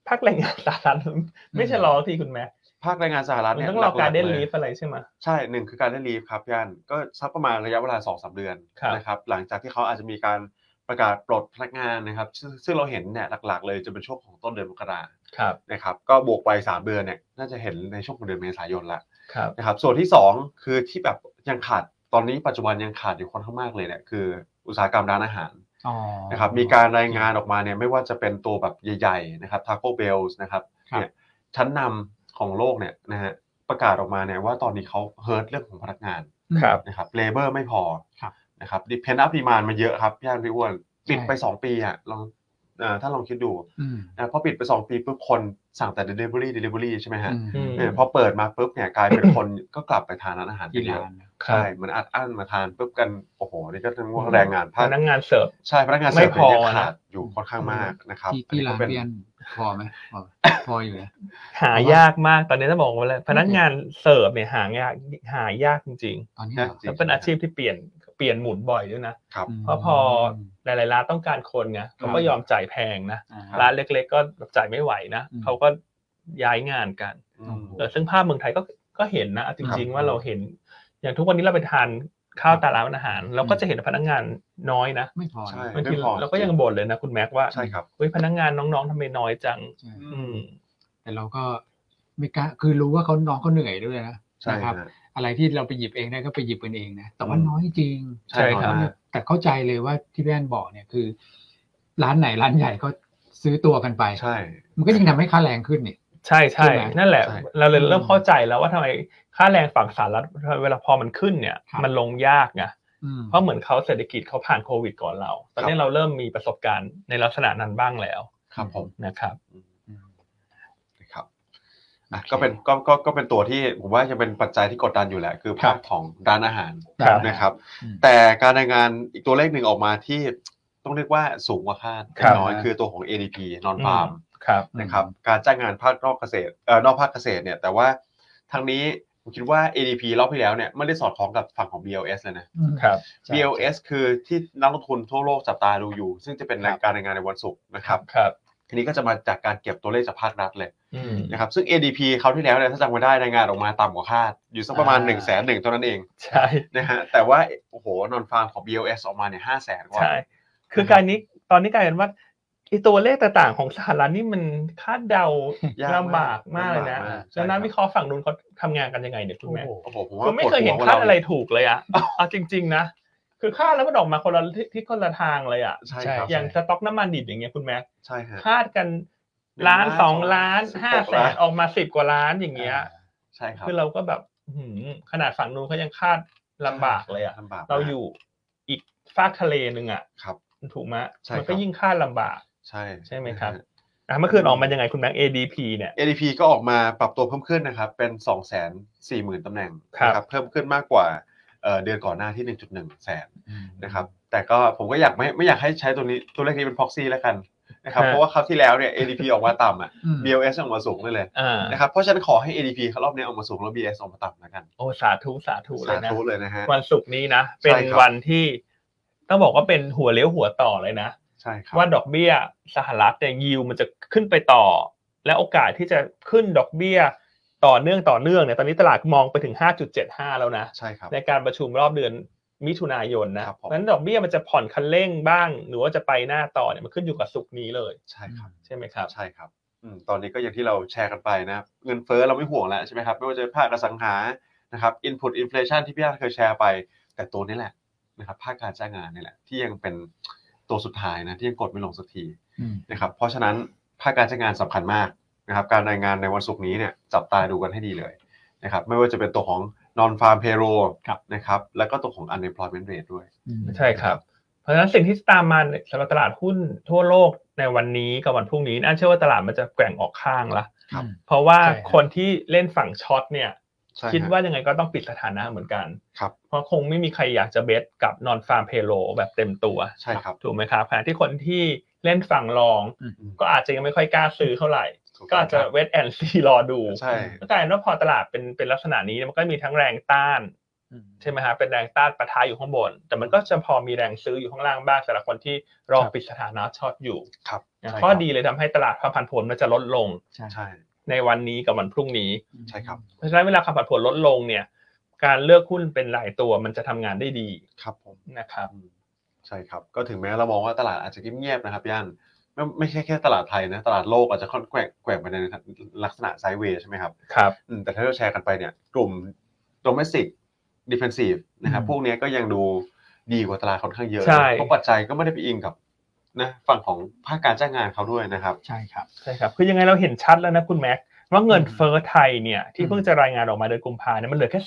พักแรงงานสาธารณะไม่ชะลอทีคุณแม่
ภาคแรงงานสหรัฐ
มัน
เนี่ย
ต้องรอ
หลัๆ
การเดน
ลย
ลีฟอะไรใช่ไหม
ใช่หนึ่งคือการได้ลีฟครับย่านก็สักประมาณระยะเวลา2อสเดือน
ครับ
นะครับหลังจากที่เขาอาจจะมีการประกาศปลดพนักงานนะครับซึ่งซึ่งเราเห็นเนี่ยหลักๆ เลยจะเป็นช่วงของต้นเดือนมกรา
ครับ
นะครับก็บวกไป 3 เดือนเนี่ยน่าจะเห็นในช่วงของเดือนเมษายนละ
ครับ
นะครับส่วนที่ 2 คือที่แบบยังขาดตอนนี้ปัจจุบันยังขาดอยู่ค่อนข้างมากเลยเนี่ยคืออุตสาหกรรมร้านอาหาร
อ๋อ
นะครับมีการรายงานออกมาเนี่ยไม่ว่าจะเป็นตัวแบบใหญ่ๆนะครับ Taco Bell นะครับ
ครับ
เนี่ยชั้นนำของโลกเนี่ยนะฮะประกาศออกมาเนี่ยว่าตอนนี้เขาเฮิร์ตเรื่องของพนักงาน
ครับ
นะครับเลเบอร์ไม่พอ
ครับ
นะครับดิเพนอัพดีมานมาเยอะครับพี่อันพี่อ้วนปิดไป
ใช่
2 ปีอะลองเอ่อถ้าลองคิดดู
อืม
นะพอปิดไป 2 ปีปุ๊บคนสั่งแต่ Delivery Delivery ใช่ไหมฮะ
อืม
เนี่ยพอเปิดมาปุ๊บเนี่ยกลายเป็นคน ก็กลับไปทานร้านอาหารกั
ที่
นเย
ร้า
อะ
นนะ
ครั
ใช่
บ
เหมือนอัดอั้นมาทานปุ๊บกันโอ้โหนี่ก็ทั้งว่า
อืม
แรงงานภา
พ
ค
นักงานเสิร์ฟ
ใช่พนักงานเสิร์ฟ
ไม่พอ
เนี่ยยังขา
นะ
ดอยู่ค่อนข้างมากนะครับ
ที่ที่ร้าน
อัก็เป็น
เรียนพอไหมพอพออยู่นะ
หายากมากตอนนี้ต้องบอกว่าเลยพนักงานเสิร์ฟเนี่ยหายากหายากจริง
ตอนนี้
นะ
เหรอ
ๆแล้วเป็นอาชีพที่เปลี่ยนเปลี่ยนหมุนบ่อยด้วยนะ
ครับ
ม
เพราะพอ หลายๆร้านต้องการคนไงเขาก็ยอมจ่ายแพงนะ
อ่า
ร้านเล็ก ๆ ก็จ่ายไม่ไหวนะ
อืม
เขาก็ย้ายงานกัน
อืม
เออซึ่งภาพเมืองไทยก็ก็เห็นนะเอาจริง
ครั
ๆ
บ
ว่าเราเห็น อย่างทุกวันนี้เราไปทานข้าวตามร้านอาหาร เราก็
อืม
จะเห็นพนักงานน้อยนะ
ไม่พอนะ
ใช่
บางที
ไม่พอ
เราก็ยังบ่นเลยนะคุณแม็กว่า
ใช่ครับ
เฮ้ยพนักงานน้องๆทำไมน้อยจัง
ใช่
อืม
แต่เราก็ไม่กล้าคือรู้ว่าเขาน้องเขาเหนื่อยด้วยนะ
ใช่
นะค
ค
รั
รับ บ
อะไรที่เราไปหยิบเองได้ก็ไปหยิบกันเองนะแต่ว่า
อืม
น้อยจริง
ใช่ครับ
น้อยมาก
แต่เข้าใจเลยว่าที่พี่แอนบอกเนี่ยคือ ร้านไหนร้านใหญ่ก็ซื้อตัวกันไป
ใช่
มันก็ยิ่งทำให้ค่าแรงขึ้นนี่
ใช่ใช่
ใช่ไหม
นั่นแหละ
ใช่
เราเลยเริ่ม
อืม
เข้าใจแล้วว่าทำไมค่าแรงฝั่งสหรัฐเวลาพอมันขึ้นเนี่ย
ครับ
มันลงยากไง
อืม
เพราะเหมือนเขาเศรษฐกิจเขาผ่านโควิดก่อนเรา ตอนนี้เราเริ่มมีประสบการณ์ในลักษณะนั้นบ้างแล้ว
ครับผม
นะครับ
อืมนะครับอ่ะก็เป็นก็ก็ก็เป็นตัวที่ผมว่าจะเป็นปัจจัยที่กดดันอยู่แหละ คือภาพของร้านอาหาร
ครับ
นะครับ
อืม
แต่การรายงานอีกตัวเลขหนึ่งออกมาที่ต้องเรียกว่าสูงกว่าคาด
ครับ
น้อยคือตัวของ ADP non farm
ครับ
นะครับการจ้างงานภาคนอกเกษตรเอ่อนอกภาคเกษตรเนี่ยแต่ว่าทางนี้ผมคิดว่า ADP รอบที่แล้วเนี่ยไม่ได้สอดคล้องกับฝั่งของ BLS เลยนะ
ครับ
ใช่
BLS คือที่นักลงทุนทั่วโลกจับตาดูอยู่ ซึ่งจะเป็นรายการรายงานในวันศุกร์นะครับ
ครับ
ทีนี้ก็จะมาจากการเก็บตัวเลขจากภาครัฐเลย
อืม
นะครับซึ่ง ADP เขาวที่แล้วเนี่ยถ้าจำไม่ได้รายงานออกมาต่ำกว่าคาด อยู่สักประมาณ1นึ่งแสนหนึ่งเท่านั้นเอง
ใช่
นะฮะแต่ว่าโอ้โหนอนฟาร์มของ BLS ออกมาเนี่ยห้าแสนกว่า
ใช่ คือการนี้ตอนนี้กลายเป็นว่าไอตัวเลขต่างๆของสหรัฐนี่มันคาดเดาย ลำบากมากเลยนะ
ำบาก
แล้วนักวิเค
ใช่
ราะห์ฝั่งนู้นเขาทำงานกันยังไงเนี่ยคุณแม่
ครับโอ้โหผ
คื
มว่า
อไม่เคยเห็น
ปว
คา
หั
ด
ว
อะไรถูกเลยอะเอาจริง ๆ นะ คือคาดแล้วมันออกมาคนละทิศทิศคนละทางเลยอะ
ใช่ครับ
อย่างสต็อกน้ำมันดิบอย่างเงี้ยคุณแม่
ใช่ฮะ
คาดกันล้าน
ห
ส
นึ่งล้าน
องล้าน
สอง
ห้า
ล้าน
แสน
16
ออกมาสิบกว่าล้านอย่างเงี้ย
ใช่ครับ
คือเราก็แบบหืมขนาดฝั่งนู้นเขายังคาดลำบากเลยอะ
ลำบากมก
เราอยู่อีกฟากทะเลหนึ่งอะ
ครับ
ถูกไหม
ใช่
มัก็
ครับ
ยิ่งคาดลำบาก
ใช่
ใช่ไหมครับ
นะฮะ
อ่ะเมื่อคืนออกมายังไงคุณแบงค์ ADP เนี่ย
ADP ก็ออกมาปรับตัวเพิ่มขึ้นนะครับ เป็น 2 4 0 0 0 0 ตำแหน่ง
ครับ
นะเพิ่มขึ้นมากกว่าเอ่อเดือนก่อนหน้าที่ 1.1 แสนนะครับแต่ก็ผมก็อยากไม่ไม่อยากให้ใช้ตัวนี้ตัวเลขนี้เป็นพ็อกซี่แล้วกันนะครับ
ฮะ
เพราะว่าคราวที่แล้วเนี่ย ADP ออกมาต่ำอ่ะ
อืม
BLS ออกมาสูงเลยเลย
อ่า
นะครับเพราะฉะนั้นขอให้ ADP รอบนี้ออกมาสูงแล้ว BS ออกมาต่ำแล้วกัน
โอ้สาธุสาธุเล
สาย
นะ
ธุเลยนะฮะ
วันศุกร์นี้นะ เป็น
ใช่ครับ
วันที่ต้องบอกว่าเป็นหัวเลี้ยวหัวต่อเลยนะ
ใช่ครับ
ว่าดอกเบี้ยสหรัฐเนี่ยยิวมันจะขึ้นไปต่อ และโอกาสที่จะขึ้นดอกเบี้ยต่อเนื่องต่อเนื่องเนี่ยตอนนี้ตลาดมองไปถึง 5.75 แล้วนะ
ใช่ครับ
ในการประชุมรอบเดือนมิถุนายนนะครับ
ผม
เพราะฉะนั้นดอกเบี้ยมันจะผ่อนคันเร่งบ้าง หรือว่าจะไปหน้าต่อเนี่ยมันขึ้นอยู่กับสุกร์นี้เลย
ใช่ครับ
ใช่ไหมครับ
ใช่ครับอืมตอนนี้ก็อย่างที่เราแชร์กันไปนะครับเงินเฟ้อเราไม่ห่วงแล้วใช่ไหมครับ ไม่ว่าจะเป็นภาคอสังหา นะครับ input inflation ที่พี่อาร์ตเคยแชร์ไป แต่ตัวนี้แหละนะครับ ภาคการจ้างงานนี่แหละ ที่ยังเป็นตัวสุดท้ายนะ ที่ยังกดไม่ลงสักที
อืม
นะครับ เพราะฉะนั้นภาคการจ้างงานสำคัญมากนะครับ การรายงานในวันศุกร์นี้เนี่ยจับตาดูกันให้ดีเลยนะครับ ไม่ว่าจะเป็นตัวของ non farm payroll นะครับ แล้วก็ตัวของ unemployment rate ด้วย
อืม
ใช่ครับ เพราะฉะนั้นสิ่งที่ตามมาสำหรับตลาดหุ้นทั่วโลกในวันนี้กับวันพรุ่งนี้น่าเชื่อว่าตลาดมันจะแกว่งออกข้างละ
ครับ
เพราะว่า
ใช่ครับ
คนที่เล่นฝั่งช็อตเนี่ย
ใช่ฮะ
คิดว่ายังไงก็ต้องปิดสถานะเหมือนกัน
ครับ
เพราะคงไม่มีใครอยากจะเบสกับนอนฟาร์มเพโลแบบเต็มตัว
ใช่ครับ
ถูกไหมครับขณะที่คนที่เล่นฝั่งรอง
อืม
ก็อาจจะยังไม่ค่อยกล้าซื้อเท่าไหร่ ก็อาจจะเวทแอนซีรอดู
ใช่
ก็กลายเป็นว่าพอตลาดเป็นเป็นลักษณะนี้มันก็มีทั้งแรงต้าน
อืม
ใช่ไหมฮะเป็นแรงต้านปะทะอยู่ข้างบน แต่มันก็จะพอมีแรงซื้ออยู่ข้างล่างบ้างสำหรับคนที่รอ
ครับ
ปิดสถานะช็อตอยู่
ครับ
นะ
ใช่
ข้อ
ครับ
ดีเลยทำให้ตลาดความผันผวนมันจะลดลง
ใช่
ใช่
ในวันนี้กับวันพรุ่งนี้
ใช่ครับ
เพราะฉะนั้นเวลาความผันผวนลดลงเนี่ย การเลือกหุ้นเป็นรายตัวมันจะทำงานได้ดี
ครับผม
นะครับ
อืมใช่ครับ ก็ถึงแม้เรามองว่าตลาดอาจจะเงียบๆนะครับพี่อันไม่ไม่ใช่แค่ตลาดไทยนะ ตลาดโลกอาจจะค่อนแกว่งแกว่งไปในลักษณะไซด์เวย์ใช่ไหมครับ
ครับ
อืมแต่ถ้าเราแชร์กันไปเนี่ยกลุ่ม domestic defensive นะครับ
อืม
พวกเนี้ยก็ยังดูดีกว่าตลาดค่อนข้างเยอะ
ใช่
เพราะปัจจัยก็ไม่ได้ไปอิงกับนะฝั่งของภาคการจ้างงานเขาด้วยนะครับ
ใช่ครับ
ใช่ครับคือยังไงเราเห็นชัดแล้วนะคุณแม็กซ์ว่าเงินเฟ้อไทยเนี่ยที่เพิ่งจะรายงานออกมาเดือนกุมภาเนี่ยมันเหลือแค่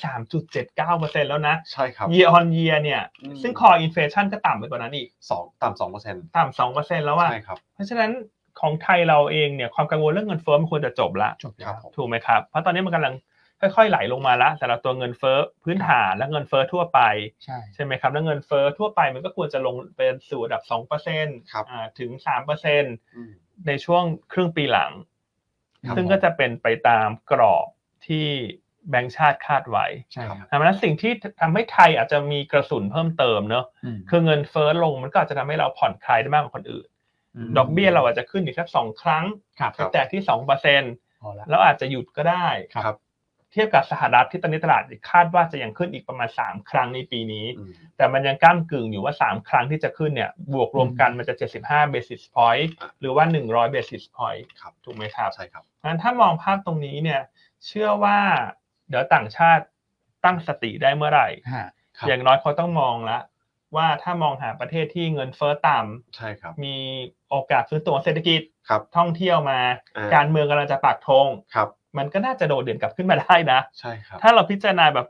3.79%แล้วนะ
ใช่ครับ
year on year เนี่ย
อืม
ซึ่งคออินเฟชันก็ต่ำไปกว่านั้นอีก
สองต่ำสองเปอร์เซ็นต์
ต่ำสองเปอร์เซ็นต์แล้วอะ
ใช่ครับ
เพราะฉะนั้นของไทยเราเองเนี่ยความกังวลเรื่องเงินเฟ้อมันควรจะจบละ
จบ
ค
แล้
รั
ว
บผม
ถูกไหมครับ เพราะตอนนี้มันกำลังค่อยๆไหลลงมาละสำหรับตัวเงินเฟ้อพื้นฐานและเงินเฟ้อทั่วไป
ใช่
ใช่ไหมครับ แล้วเงินเฟ้อทั่วไปมันก็ควรจะลงเป็นสู่ระดับสองเปอร์เซ็นต์ถึงสามเปอร์เซ็นต์
อืม
ในช่วงครึ่งปีหลัง
ครับ
ซึ่งก็จะเป็นไปตามกรอบที่แบงก์ชาติคาดไว้
ใช่ครับ
ดังนั้นสิ่งที่ทำให้ไทยอาจจะมีกระสุนเพิ่มเติมเนอะ
อืม
คือเงินเฟ้อลงมันก็อาจจะทำให้เราผ่อนคลายได้มากกว่าคนอื่น
ม
ดอกเบี้ยเราอาจจะขึ้นอีกสักสองครั้ง
ครับ
ครับ
แต่ที่สองเปอร์เซ็นต์
พอละ
แล้วอาจจะหยุดก็ได้
ครับ
เทียบกับสหรัฐที่ตอนนี้ตลาดคาดว่าจะยังขึ้นอีกประมาณ 3 ครั้งในปีนี้
อืม
แต่มันยังก้ามกึ่งอยู่ว่า 3 ครั้งที่จะขึ้นเนี่ยบวกรวมกันมันจะ 75 basis point หรือว่า 100 basis point
ครับ
ถูกไหมครับ
ใช่ครับ
งั้นถ้ามองภาพตรงนี้เนี่ยเชื่อว่าเดี๋ยวต่างชาติตั้งสติได้เมื่อไหร่
ฮะ
ครับ
อย่างน้อยเขาต้องมองละว่าถ้ามองหาประเทศที่เงินเฟ้อต่
ใช่ครับ
ำมีโอกาสฟื้นตัวของเศรษฐกิจ
ครับ
ท่องเที่ยวมา
อ่
การเมืองกำลังจะปักธง
ครับ
มันก็น่าจะโดดเด่นกลับขึ้นมาได้นะ
ใช่ครับ
ถ้าเราพิจารณาแบบ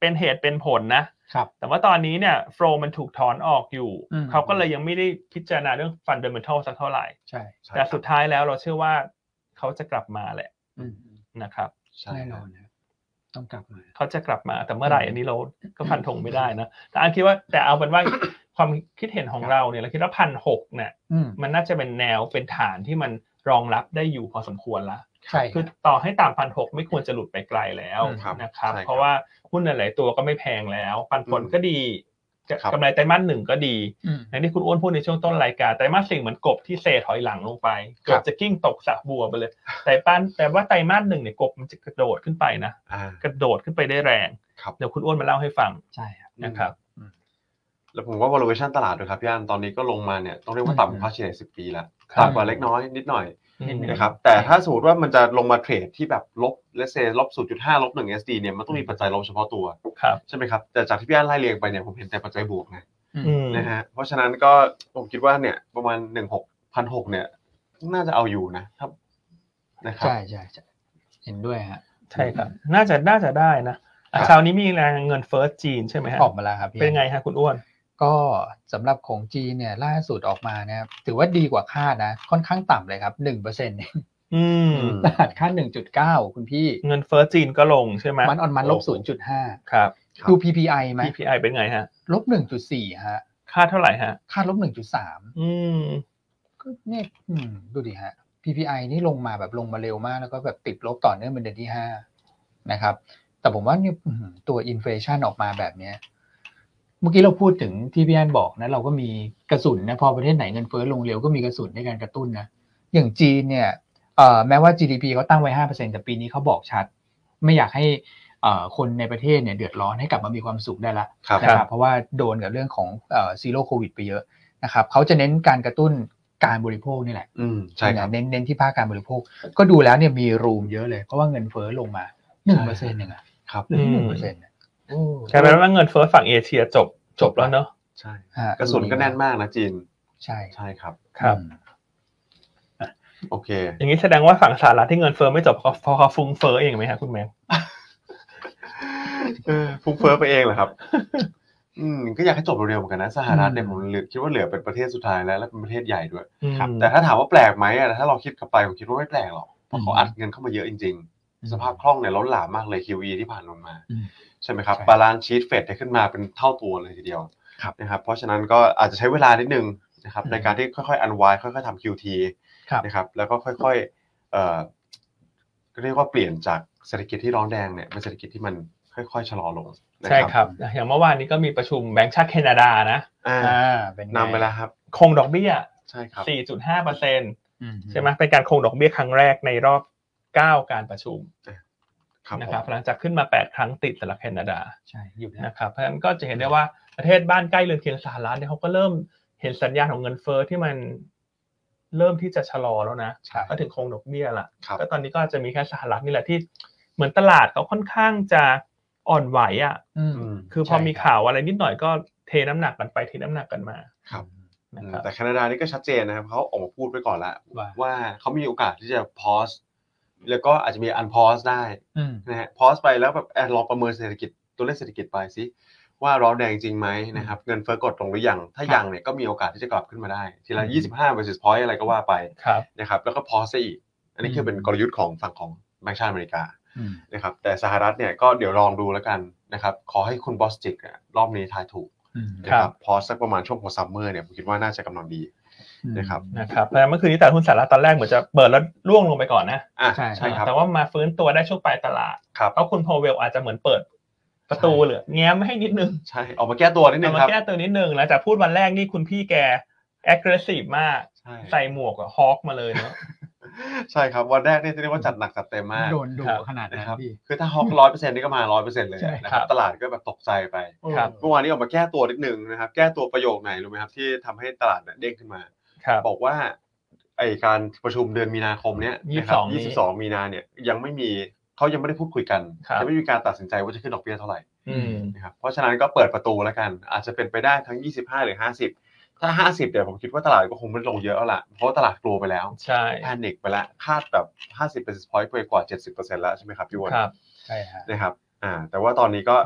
เป็นเหตุเป็นผลนะครับ แต่ว่าตอนนี้เนี่ยโฟลมันถูกถอนออกอยู่
อืม
เขาก็เลยยังไม่ได้พิจารณาเรื่องฟันเด m ม n ทัลสักเท่าไหร่
ใช่
ใช่
แต่
ครั
สุ
บ
ดท้ายแล้วเราเชื่อว่าเขาจะกลับมาแหละ
อืม
นะครับ
ใช่
แน่น
ครั
อบ นนะครับต้องกลับมา
เขาจะกลับมาแต่เมื่อไหร่อันนี้เราก็ฟันธงไม่ได้นะแต่อันคิดว่าแต่เอาเป็นว่า ความคิดเห็นของเราเนี่ยเราคิดว่าพันหกเนี่ย
อืม
มันน่าจะเป็นแนวเป็นฐานที่มันรองรับได้อยู่พอสมควรละ
ใช่
คือต่อให้ต่ำพันหกไม่ควรจะหลุดไปไกลแล้ว
ครับ
นะครับ
ใช่
เพราะว่าหุ้นหลายๆตัวก็ไม่แพงแล้ว ปันผล
อืม
ก็ดีจะ
ครับ
กำไรไตรมาสหนึ่งก็ดี
อืม
อย่างที่คุณอ้วนพูดในช่วงต้นรายการไตรมาสสี่เหมือนกบที่เซถอยหลังลงไป
ค
เกื
รับ
อบจะกิ้งตกสระบัวไปเลย แต่ปันแต่ว่าไตรมาสหนึ่งเนี่ยกบมันจะกระโดดขึ้นไปนะ
อ่าก
ระโดดขึ้นไปได้แรง
ครับ
เดี๋ยวคุณอ้วนมาเล่าให้ฟัง
ใช่ครับ
นะครับ
แล้วผมว่า valuation ตลาดด้วยครับพี่อันตอนนี้ก็ลงมาเนี่ยต้องเรียกว่าต่ำกว่าค่าเฉลี่ย10 ปีแล้ว
ครับ
ต่ำกว่าเล็กน้อยนิดหน่อย
อืม
นะครับแต่ถ้าสมมติว่ามันจะลงมาเทรดที่แบบลบเลเซลบ0.5ลบ1 SD เนี่ยมันต้องมีปัจจัยลบเฉพาะตัว
ครับ
ใช่ไหมครับแต่จากที่พี่อันไล่เรียงไปเนี่ยผมเห็นแต่ปัจจัยบวกนะ
อืม
นะฮะเพราะฉะนั้นก็ผมคิดว่าเนี่ยประมาณ 1 6 0 0 เนี่ยน่าจะเอาอยู่นะครับนะครับ
ใช่ใช่ใช่เห็นด้วยฮะ
ใช่ครับ น่าจะน่าจะได้นะอ่ะเช้านี้มีรายงานเงินเฟ้อจีนใช่ไหมฮะ
ออกมาแล้วครับพี่
เป็นไงฮะคุณอ้วน
ก็สำหรับของจีนเนี่ยล่าสุดออกมานะครับถือว่าดีกว่าคาดนะ ค่อนข้างต่ำเลยครับหนึ่งเปอร์เซ็นต์
อืม
อืม
ตลาดคาดหนึ่งจุดเก้าคุณพี่
เงินเฟ้อจีนก็ลงใช่ไหม
มันออนมันลบ
โอ้
ศูนย์
โห
จุดห้า
ครับ
ครับ
ดู PPI ไหม
PPI เป็นไงฮะ
ลบหนึ่งจุดสี่ฮะ
ค่าเท่าไหร่ฮะ
คาดลบหนึ่งจุดสาม
อืม
ก็เนี่ยอืมดูดิฮะ PPI นี่ลงมาแบบลงมาเร็วมาก แล้วก็แบบติดลบต่อเนื่องเป็นเดือนที่ห้านะครับ แต่ผมว่าเนี่ยอื้อหือตัวอินฟลชันออกมาแบบเนี้ยเมื่อกี้เราพูดถึงที่พี่อันบอกนะ เราก็มีกระสุนนะพอประเทศไหนเงินเฟ้อลงเร็วก็มีกระสุนในการกระตุ้นนะ อย่างจีนเนี่ยเอ่อแม้ว่า GDP เขาตั้งไว้ห้าเปอร์เซ็นแต่ปีนี้เขาบอกชัด ไม่อยากให้เอ่อคนในประเทศเนี่ยเดือดร้อนให้กลับมามีความสุขได้ละ
ครับ
ค
นะ
รับ
ครับเพราะว่าโดนกับเรื่องของซีโร่โควิดไปเยอะนะครับเขาจะเน้นการกระตุ้นการบริโภคนี่แหละ
อืมใช่ครับ
เน้นเน้นที่ภาคการบริโภค ก็ดูแล้วเนี่ยมีรูมเยอะเลย เพราะว่าเงินเฟ้อลงมาหนึ่งเปอร์เซ็นต์หนึ่งอะ
ครับ
หนึ่งเปอร์เซ็นต์
กลายเป็นว่าเงินเฟ้อฝั่งเอเชียจบจบแล้วเนอะ
ใช่กระสุนก็แน่นมากนะจีน
ใช่
ใช่ครับ
อืม
โอเค
อย่างนี้แสดงว่าฝั่งสหรัฐที่เงินเฟ้อไม่จบเพราะเพราะเขาฟุ้งเฟ้อเองไหมฮะคุณแมง
เออฟุ้งเฟ้อไปเองเหรอครับ อืมก็อยากให้จบเร็วๆเหมือนกันนะสหรัฐเนี่ยผมเหลือคิดว่าเหลือเป็นประเทศสุดท้ายแล้วและเป็นประเทศใหญ่ด้วย
ครับ
แต่ถ้าถามว่าแปลกไหมอะถ้าเราคิดกลับไปผมคิดว่าไม่แปลกหรอกเพราะเขาอัดเงินเข้ามาเยอะจริง ๆ สภาพคล่องเนี่ยล้นหลามมากเลย QE ที่ผ่านลงมา
อืม
ใช่ไหมครับ
ใช่
บาลานซ์ชีตเฟดได้ขึ้นมาเป็นเท่าตัวเลยทีเดียว
ครับ
นะครับเพราะฉะนั้นก็อาจจะใช้เวลานิดนึงนะครับ
อืม
ในการที่ค่อยๆอันวายค่อยๆทำ QT
ครับ
นะครับแล้วก็ค่อยๆเอ่อเรียกว่าเปลี่ยนจากเศรษฐกิจที่ร้อนแดงเนี่ยเป็นเศรษฐกิจที่มันค่อยๆชะลอลงนะ
ใช่ครับ อย่างเมื่อวานนี้ก็มีประชุมแบงก์ชาติแคนาดานะ
อ่า
อ่าเป็นง
นำไปแล้วครับ
คงดอกเบี้ย
ใช่ครับ
4.5%
อื
ใช่ไหมเป็นการคงดอกเบี้ยครั้งแรกในรอบ 9 การประชุม
ครับ
นะ
ผ
ครับ
ม
หลังจากขึ้นมา 8 ครั้งติดสำหรับแคนาดา
ใช่หยุดนะ
นะครับเพราะฉะนั้นก็จะเห็นได้ว่าประเทศบ้านใกล้เรือนเคียงสหรัฐเนี่ยเขาก็เริ่มเห็นสัญญาณของเงินเฟ้อที่มันเริ่มที่จะชะลอแล้วนะ
ครับ
ก็ถึงคงดอกเบี้ยละ
ครับ
ก็ตอนนี้ก็จะมีแค่สหรัฐนี่แหละที่เหมือนตลาดเขาค่อนข้างจะอ่อนไหวอ่ะ
อืม
อืม
คือพอมี
ใช่ครับ
ข่าวอะไรนิดหน่อยก็เทน้ำหนักกันไปเทน้ำหนักกันมา
ครับ
นะครับ
แต่แคนาดานี่ก็ชัดเจนนะครับเขาออกมาพูดไปก่อนแล้ว
ว่า
ว่าเขามีโอกาสที่จะพอสแล้วก็อาจจะมีอันพอสได้
อืม
นะฮะพอสไปแล้วแบบแอบลองประเมินเศรษฐกิจตัวเลขเศรษฐกิจไปสิว่าร้อนแดงจริงไหมนะครับเงินเฟ้อกดลงหรือยัง ถ้ายังเนี่ยก็มีโอกาสที่จะกลับขึ้นมาได้ ทีละ
อืม
25 basis point อะไรก็ว่าไป
ครับ
นะครับแล้วก็พอสอีก อันนี้คือเป็นกลยุทธ์ของฝั่งของแบงก์ชาติอเมริกา
อืม
นะครับแต่สหรัฐเนี่ยก็เดี๋ยวลองดูแล้วกันนะครับขอให้คุณบอสจิกอะรอบนี้ทายถูกนะค
ครั
รับบ พอสักประมาณช่วงของซัมเมอร์เนี่ยผมคิดว่าน่าจะกำลังดีนะครับ
นะครับแล้วเมื่อคืนนี้ตลาดหุ้นสหรัฐตอนแรกเหมือนจะเปิดแล้วร่วงลงไปก่อนนะ
อ่ะ
ใช่
ใช่ครับ
แต่ว่ามาฟื้นตัวได้ช่วงปลายตลาด
ครับ
เพราะคุณพอเวลอาจจะเหมือนเปิดประตูเหลือแง้มให้นิดนึง
ใช่ออกมาแก้ตัวนิดนึ
เอา
ง
มา
ครับ
แก้ตัวนิดนึงหลังจากพูดวันแรกนี่คุณพี่แก aggressive มาก
ใช่
ใส่หมวกฮอกมาเลยเนาะ
ใช่ครับวันแรกเนี่ยจะเรียกว่าจัดหนักจัดเต็มมาก
โดนดุ
ครับ
ขนาดนั้
นะ
น
ครับ
พี่
คือถ้าฮอกร้อยเปอร์เซ็นต์นี่ก็มาร้อยเปอร์เซ็นต์เลย
ใช่
นะค
ครั
รับบ ตลาดก็แบบตกใจไป
ครับ
เมื่อวานนี้ออกมาแก้ตัวนิดนึงนะครับแก้ตัวประโยคไหนรู้ไหมครับที่ทำให้ตลาดเนี่ยเด้งขึ้นมา
ครับ
บอกว่าไอการประชุมเดือนมีนาคมเนี้ยนะครับ
22นี้
22 มีนาเนี่ยยังไม่มีเขายังไม่ได้พูดคุยกัน
ครับ
ยังไม่มีการตัดสินใจว่าจะขึ้นดอกเบี้ยเท่าไหร่
อืม
นะครับเพราะฉะนั้นก็เปิดประตูแล้วกัน อาจจะเป็นไปได้ทั้ง 25 หรือ 50 ถ้า 50เดี๋ยวผมคิดว่าตลาดก็คงไม่ลงเยอะแล้วล่ะเพราะว่าตลาดกลัวไปแล้ว
ใช่
แพนิคไปแล้วคาดแบบ 50 basis point ไปกว่า 70%แล้วใช่ไหมครับพี่วอน
ครับ
ใช่ฮะ
นะครับอ่าแต่ว่าตอนนี้ก็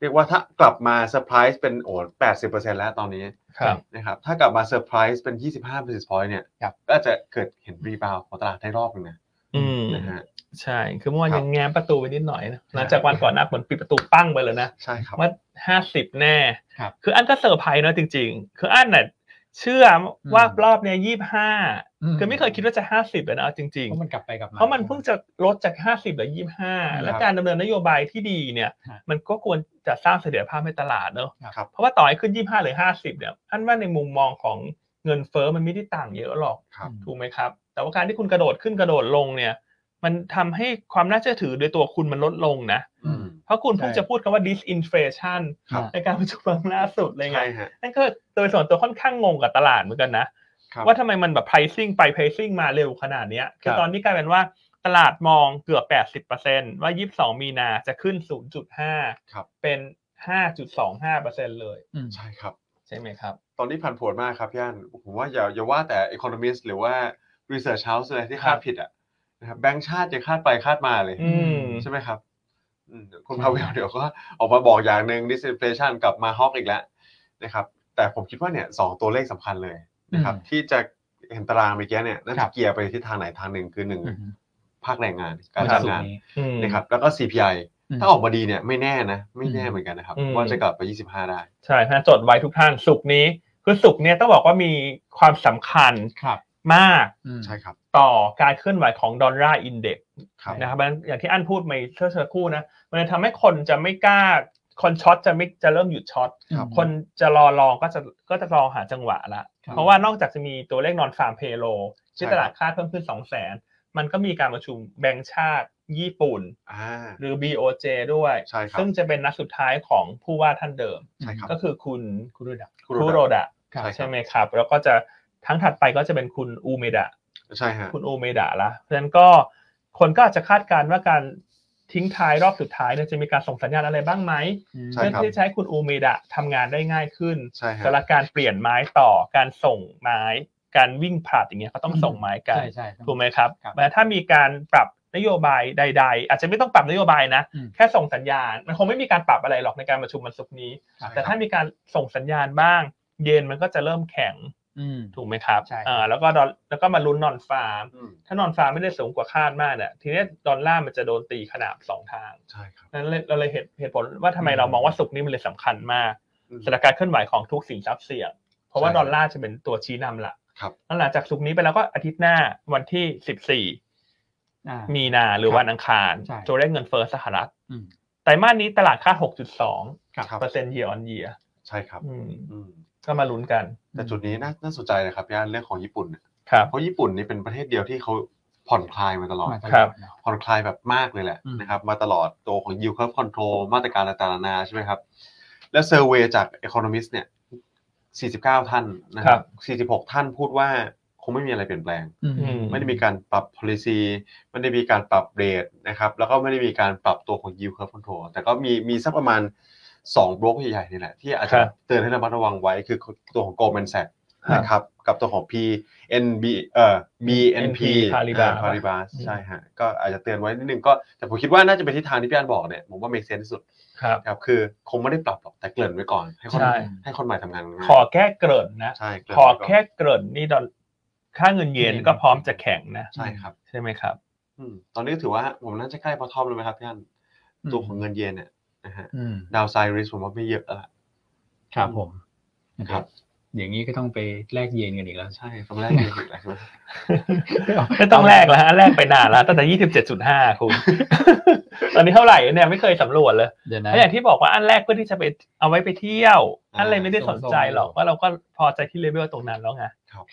เรียกว่าถ้ากลับมาเซอร์ไพรส์เป็นโอ้80%แล้วตอนนี้
ครับ
นะครับถ้ากลับมาเซอร์ไพรส์เป็น 25 basis point เนี่ย
ครับ
ก็จะเกิดเห็นรีบาวของตลาดได้รอบหนึงนะ
อืม
นะฮะ
ใช่ คือเมื่อวาน
ครับ
ยังแง้มประตูไปนิดหน่อยนะหลัง
ใช่
จากวันก่อนหน้าเหมือนปิดประตูปั้งไปเลยนะ
ใช่ครับ
ว่าห้าสิบแน่
ครับ
คืออันก็เซอร์ไพรส์เนอะจริง ๆ คืออันน่ะเชื่อว่า
อืม
รอบเนี้ยยี่ห้า คือไม่เคยคิดว่าจะห้าสิบเลยนะเอาจริง
เพราะมันกลับไปกลับ
ๆ
มา
เพราะมันเพิ่งจะลดจากห้าสิบเหลือยี่ห้า และการดำเนินนโยบายที่ดีเนี่ย
ฮะ
มันก็ควรจะสร้างเสถียรภาพให้ตลาดเนอะ
ครับ
เพราะว่าต่อให้ขึ้นยี่ห้าหรือห้าสิบเนี่ย อันว่าในมุมมองของเงินเฟ้อมันไม่ได้ต่างเยอะหรอก
ครับ
ถูกไหมครับ แต่ว่าการที่คุณกระโดดขึ้นกระโดดลงเนี่ย มันทำให้ความน่าเชื่อถือโดยตัวคุณมันลดลงนะ
อืม
เพราะคุณเพิ่งจะพูดคำว่า disinflation
ครับ
ในการประชุมครั้งล่าสุดเลยไง
ใช่ฮะ
นั่นก็โดยส่วนตัวค่อนข้างงงกับตลาดเหมือนกันนะ
ครับ
ว่าทำไมมันแบบ pricing ไป pricing มาเร็วขนาดเนี้ยคือตอนนี้กลายเป็นว่าตลาดมองเกือบ 80%ว่า 22 มีนาจะขึ้น
ครับ
0.5 เป็น 5.25%เลย
ใช่ครับ
ใช่ไหมครับ
ตอนนี้ผันผวนมากครับพี่อันผมว่าอย่าอย่าว่าแต่ economist หรือว่า research house อะไรที่
ครั
คาด
บ
ผิดอ่ะนะครับแบงก์ชาติจะคาดไปคาดมาเลย
อืม
ใช่ไหมครับอืมคุณพาเวลเดี๋ ยวก็ออกมาบอกอย่างหนึ่ง disinflation กลับมาฮอกอีกแล้วนะครับ แต่ผมคิดว่าเนี่ยสองตัวเลขสำคัญเลยนะครับ
อืม
ที่จะเห็นตารางเมื่อกี้เนี่ยน่า
ครั
จะ
บ
เกียร์ไปทิศทางไหนทางหนึ่งคือหนึ่ง
อืม
ภาคแรงงานการ
ครั
จ้า
บ
งงาน
อืม
นะครับแล้วก็ CPI ถ้าออกมาดีเนี่ยไม่แน่นะ ไม่แน่เหมือนกันนะครับ
อืม
ว่าจะกลับไป 25 ได้
ใช่ท่านจดไว้ทุกท่านสุกร์นี้ คือสุกร์เนี่ยต้องบอกว่ามีความสำคัญ
ครับ
มาก
อืม
ใช่ครับ
ต่อการเคลื่อนไหวของดอลลาร์อินเด็ก
ครับ
นะครับเพราะฉะนั้นอย่างที่อันพูดไม่เชื่อเชื่อคู่นะมันจะทำให้คนจะไม่กล้า คนช็อตจะไม่จะเริ่มหยุดช็อต
ครับ
คนจะรอรองก็จะก็จะรอหาจังหวะละ
ครับ
เพราะว่านอกจากจะมีตัวเลขนอนฟาร์มเพโลที่ต
ใช่ครับ
ลาดคาดเพิ่มขึ้น 2 0 0 0 0นมันก็มีการประชุมแบงก์ชาติญี่ปุ่น
อ่า
หรือ BOJ ด้วย
ใช่ครับ
ซึ่งจะเป็นนัดสุดท้ายของผู้ว่าท่านเดิม
ใช่ครับ
ก็คือคุณ
คุณดูดับ
คุโรดะ
คุโรดะ
ครับ
ใช่ไหมครับ แล้วก็จะทั้งถัดไปก็จะเป็นคุณอูเมดะ
ใช่ฮะ
คุณโอเมดะละเพราะฉะนั้นก็คนก็อาจจะคาดการณ์ว่าการทิ้งท้ายรอบสุดท้ายเนี่ยจะมีการส่งสัญญาณอะไรบ้างไหม
ใช่
เพื่อ
ครับ
ที่จะให้คุณโอเมดะทำงานได้ง่ายขึ้น
ใช่ฮะ
สำหรับการเปลี่ยนไม้ต่อการส่งไม้ การวิ่งผลัดอย่างเงี้ยเขาต้องส่งไม้กัน
ใช่ใช่
ถูกไหมครับ
ครับ
แต่ถ้ามีการปรับนโยบายใด ๆ อาจจะไม่ต้องปรับนโยบายนะ
อืม
แค่ส่งสัญญาณ มันคงไม่มีการปรับอะไรหรอกในการประชุมวันศุกร์นี้
ใช่ครับ
แต่ถ้ามีการส่งสัญญาณบ้าง เย็นมันก็จะเริ่มแข็ง
อืม
ถูกไหมครับ
ใช่ครับ
อ่าแล้วก็ดอลแล้วก็มาลุ้นนอนฟาร์ม
อืม
ถ้านอนฟาร์มไม่ได้สูงกว่าคาดมากเนี่ยทีเนี้ยดอลลาร์มันจะโดนตีขนาบสองทาง
ใช่ครับ
นั่นเลยเราเลยเหตุเหตุผลว่าทำไมเรามองว่าสุกร์นี้มันเลยสำคัญมาก
อืม
สถานการณ์เคลื่อนไหวของทุกสินทรัพย์เสี่ยง เพราะว่า
ใช่
ดอลลาร์จะเป็นตัวชี้นำหลัก
ครับ
แล้วหลังจากสุกร์นี้ไปแล้วก็อาทิตย์หน้าวันที่สิบสี่
อ่า
มีนาหรือวันอังคาร
ใช่
ตัวเลขเงินเฟ้อสหรัฐ
อืม
ไตรมาสนี้ตลาดคาดหกจุดสอง
ครับ
เปอร์เซ็นต์เยียร์ออนเยีย
ใช่ครับอืม
ก็มาลุ้นกัน
แต่จุดนี้น่าน่าสนใจนะครับพี่อันเรื่องของญี่ปุ่นเนี่ย
ครับ
เพราะญี่ปุ่นนี่เป็นประเทศเดียวที่เขา ผ่อนคลายมาตลอด
มาตลอด
ครับ
เนอะ
ผ่อนคลายแบบมากเลยแหละ
อืม
นะครับมาตลอดตัวของ yield curve control มาตรการต่างๆนานาใช่ไหมครับ และเซอร์เวยจาก economist เนี่ย 49 ท่านนะค
ครั
รับ บ 46 ท่านพูดว่าคงไม่มีอะไรเปลี่ยนแปลง
อืม
อืม
ไม่ได้มีการปรับ policy ไม่ได้มีการปรับเรทนะครับ แล้วก็ไม่ได้มีการปรับตัวของ yield curve control แต่ก็มีมีสักประมาณ2บล็อกใหญ่ๆนี่แหละ ที่อาจ
ค
จะ
รับ
เตือนให้ระมัดระวังไว้คือตัวของ Goldman Sachs
ครับ
นะครับกับตัวของ PNB เอ่อ BNP
NP Paribas
พาริบาส
อืม
ใช่ฮะก็อาจจะเตือนไว้นิดนึงก็แต่ผมคิดว่าน่าจะเป็นทิศทางที่พี่อันบอกเนี่ยผมว่า make sense ที่สุด
ครับ
นะครับคือคงไม่ได้ปรับหรอกแต่เกริ่นไว้ก่อน ให้คน
ใช่
ให้คนใหม่ทำงานง่าย
ขอแค่เกริ่นนะ
ใช่เกริ่น
ขอ
ไว้ก่น
แค่เกริ่นนี่ดอลค่าเงินเยน
เยน
ก็พร้อมจะแข็งนะ
ใช่ครับ
ใช่ไหมครับ
อืมตอนนี้ก็ถือว่าผมน่าจะใกล้พอทอมแล้วไหมครับพี่อัน
อืม
ตัวของเงินเยนเนี่ยนะฮะ
อืม
ดาวไซริสผมว่าไม่เยอะแล้วล่ะ
ครับผมนะค
ครั
รับ
บ
อย่างนี้ก็ต้องไปแลกเยนกันอีก แล้ว
ใช่ตอนแรกเยอะอยู่แล้วใช่ไหม
ไม่ต้องแลกแล้วฮะแลกไปนานแล้วตั้งแต่ยี่สิบเจ็ดจุดห้า คุณ ตอนนี้เท่าไหร่เนี่ยไม่เคยสำรวจเลย
เดี๋ยวนะ
แล้วอย่างที่บอกว่าอันแรกเพื่อที่จะไปเอาไว้ไปเที่ยว อันเลยไม่ได้สนใจหรอก
ส่งๆ
ว่าเราก็พอใจที่เลเวลตรงนั้นแล้วไง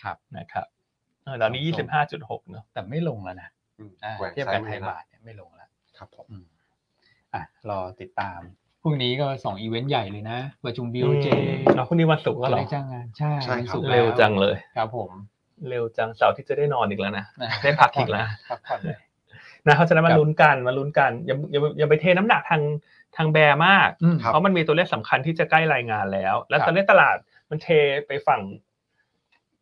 ครับ
นะครับเออตอนนี้
ส่
ยี่สิ
ง
บห้าจุดหกเนาะ
แต่ไม่ลงแล้วนะ
อืม
อ่า
แหวก
เทียบกั
ซ้าย
บ
มื
ไท
อย ละ
บาทเนี่ยไม่ลงแล้ว
ครับผม
อืมอ่ะ รอติดตาม พรุ่งนี้ก็สองอีเวนต์ใหญ่เลยนะประชุมบิวเจ
เนาะพรุ่งนี้วันศุกร์ก็
ตัว
เหร
เล
อ
ขจ้างงาน ใช่
ใช่
วัน
ครับ
ศุก
เร็ว
แล้
จังเลย
ครับผม
เร็วจังเสาร์ที่จะได้นอนอีกแล้วนะ
นะ
ได้พักอีกแล้ว
พักผ่อนหน่อย
นะเขาจะได้มา
ครับ
ลุ้นกันมาลุ้นกันอย่าอย่าอย่าไปเทน้ำหนักทางทางแบร์มาก
อืม
ครับ
เพราะมันมีตัวเลขสำคัญที่จะใกล้รายงานแล้ว และ
ครับ
ตอนนี้ตลาดมันเทไปฝั่ง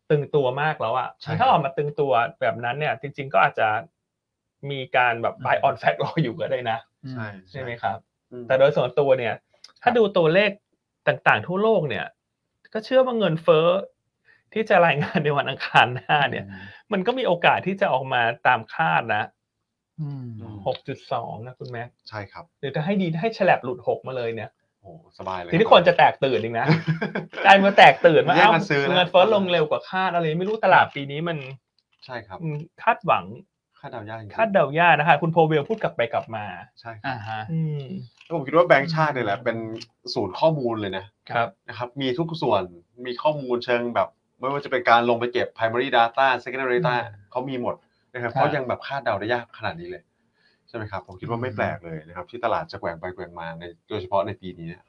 ตึงตัวมากแล้วอะ
ใช่
ถ้าออกมาตึงตัวแบบนั้นเนี่ย จริง ๆ ก็อาจจะมีการแบบ buy
อืม
on fact รออยู่ก็ได้นะ
ใช่
ใช่ไหมครับ
อืม
แต่โดยส่วนตัวเนี่ย ถ้าดูตัวเลขต่างๆ ทั่วโลกเนี่ย ก็เชื่อว่าเงินเฟ้อที่จะรายงานในวันอังคารหน้าเนี่ย มันก็มีโอกาสที่จะออกมาตามคาดนะ
อืม
ม
6.2 นะคุณแม่
ใช่ครับ
หรือถ้าให้ดีให้ฉลบหลุดหกมาเลยเนี่ย
โอ้สบายเลย
ทีนี้คนจะแตกตื่นอีกนะกลายมาแตกตื่นมา
แย่ง
เอ้า
กันซื้อแล้ว
เงินเฟ้อลงเร็วกว่าคาดอะไรไม่รู้ตลาดปีนี้มัน
ใช่ครับ
มันคาดหวัง
คาดเดายากจริงๆ
คาดเดายากนะคะคุณโพเวลพูดกลับไปกลับมา
ใช่ครับ
อ่าฮะ
อืม
แล้วผมคิดว่าแบงก์ชาติเนี่ยแหละเป็นศูนย์ข้อมูลเลยนะครับ นะครับ มีทุกส่วนมีข้อมูลเชิงแบบ ไม่ว่าจะเป็นการลงไปเก็บ primary data secondary data เขามีหมดนะครับ
ใช่
เขายังแบบคาดเดาได้ยากขนาดนี้เลย ใช่ไหมครับ ผมคิดว่าไม่แปลกเลยนะครับ ที่ตลาดจะแกว่งไปแกว่งมาในโดยเฉพาะในปีนี้นะ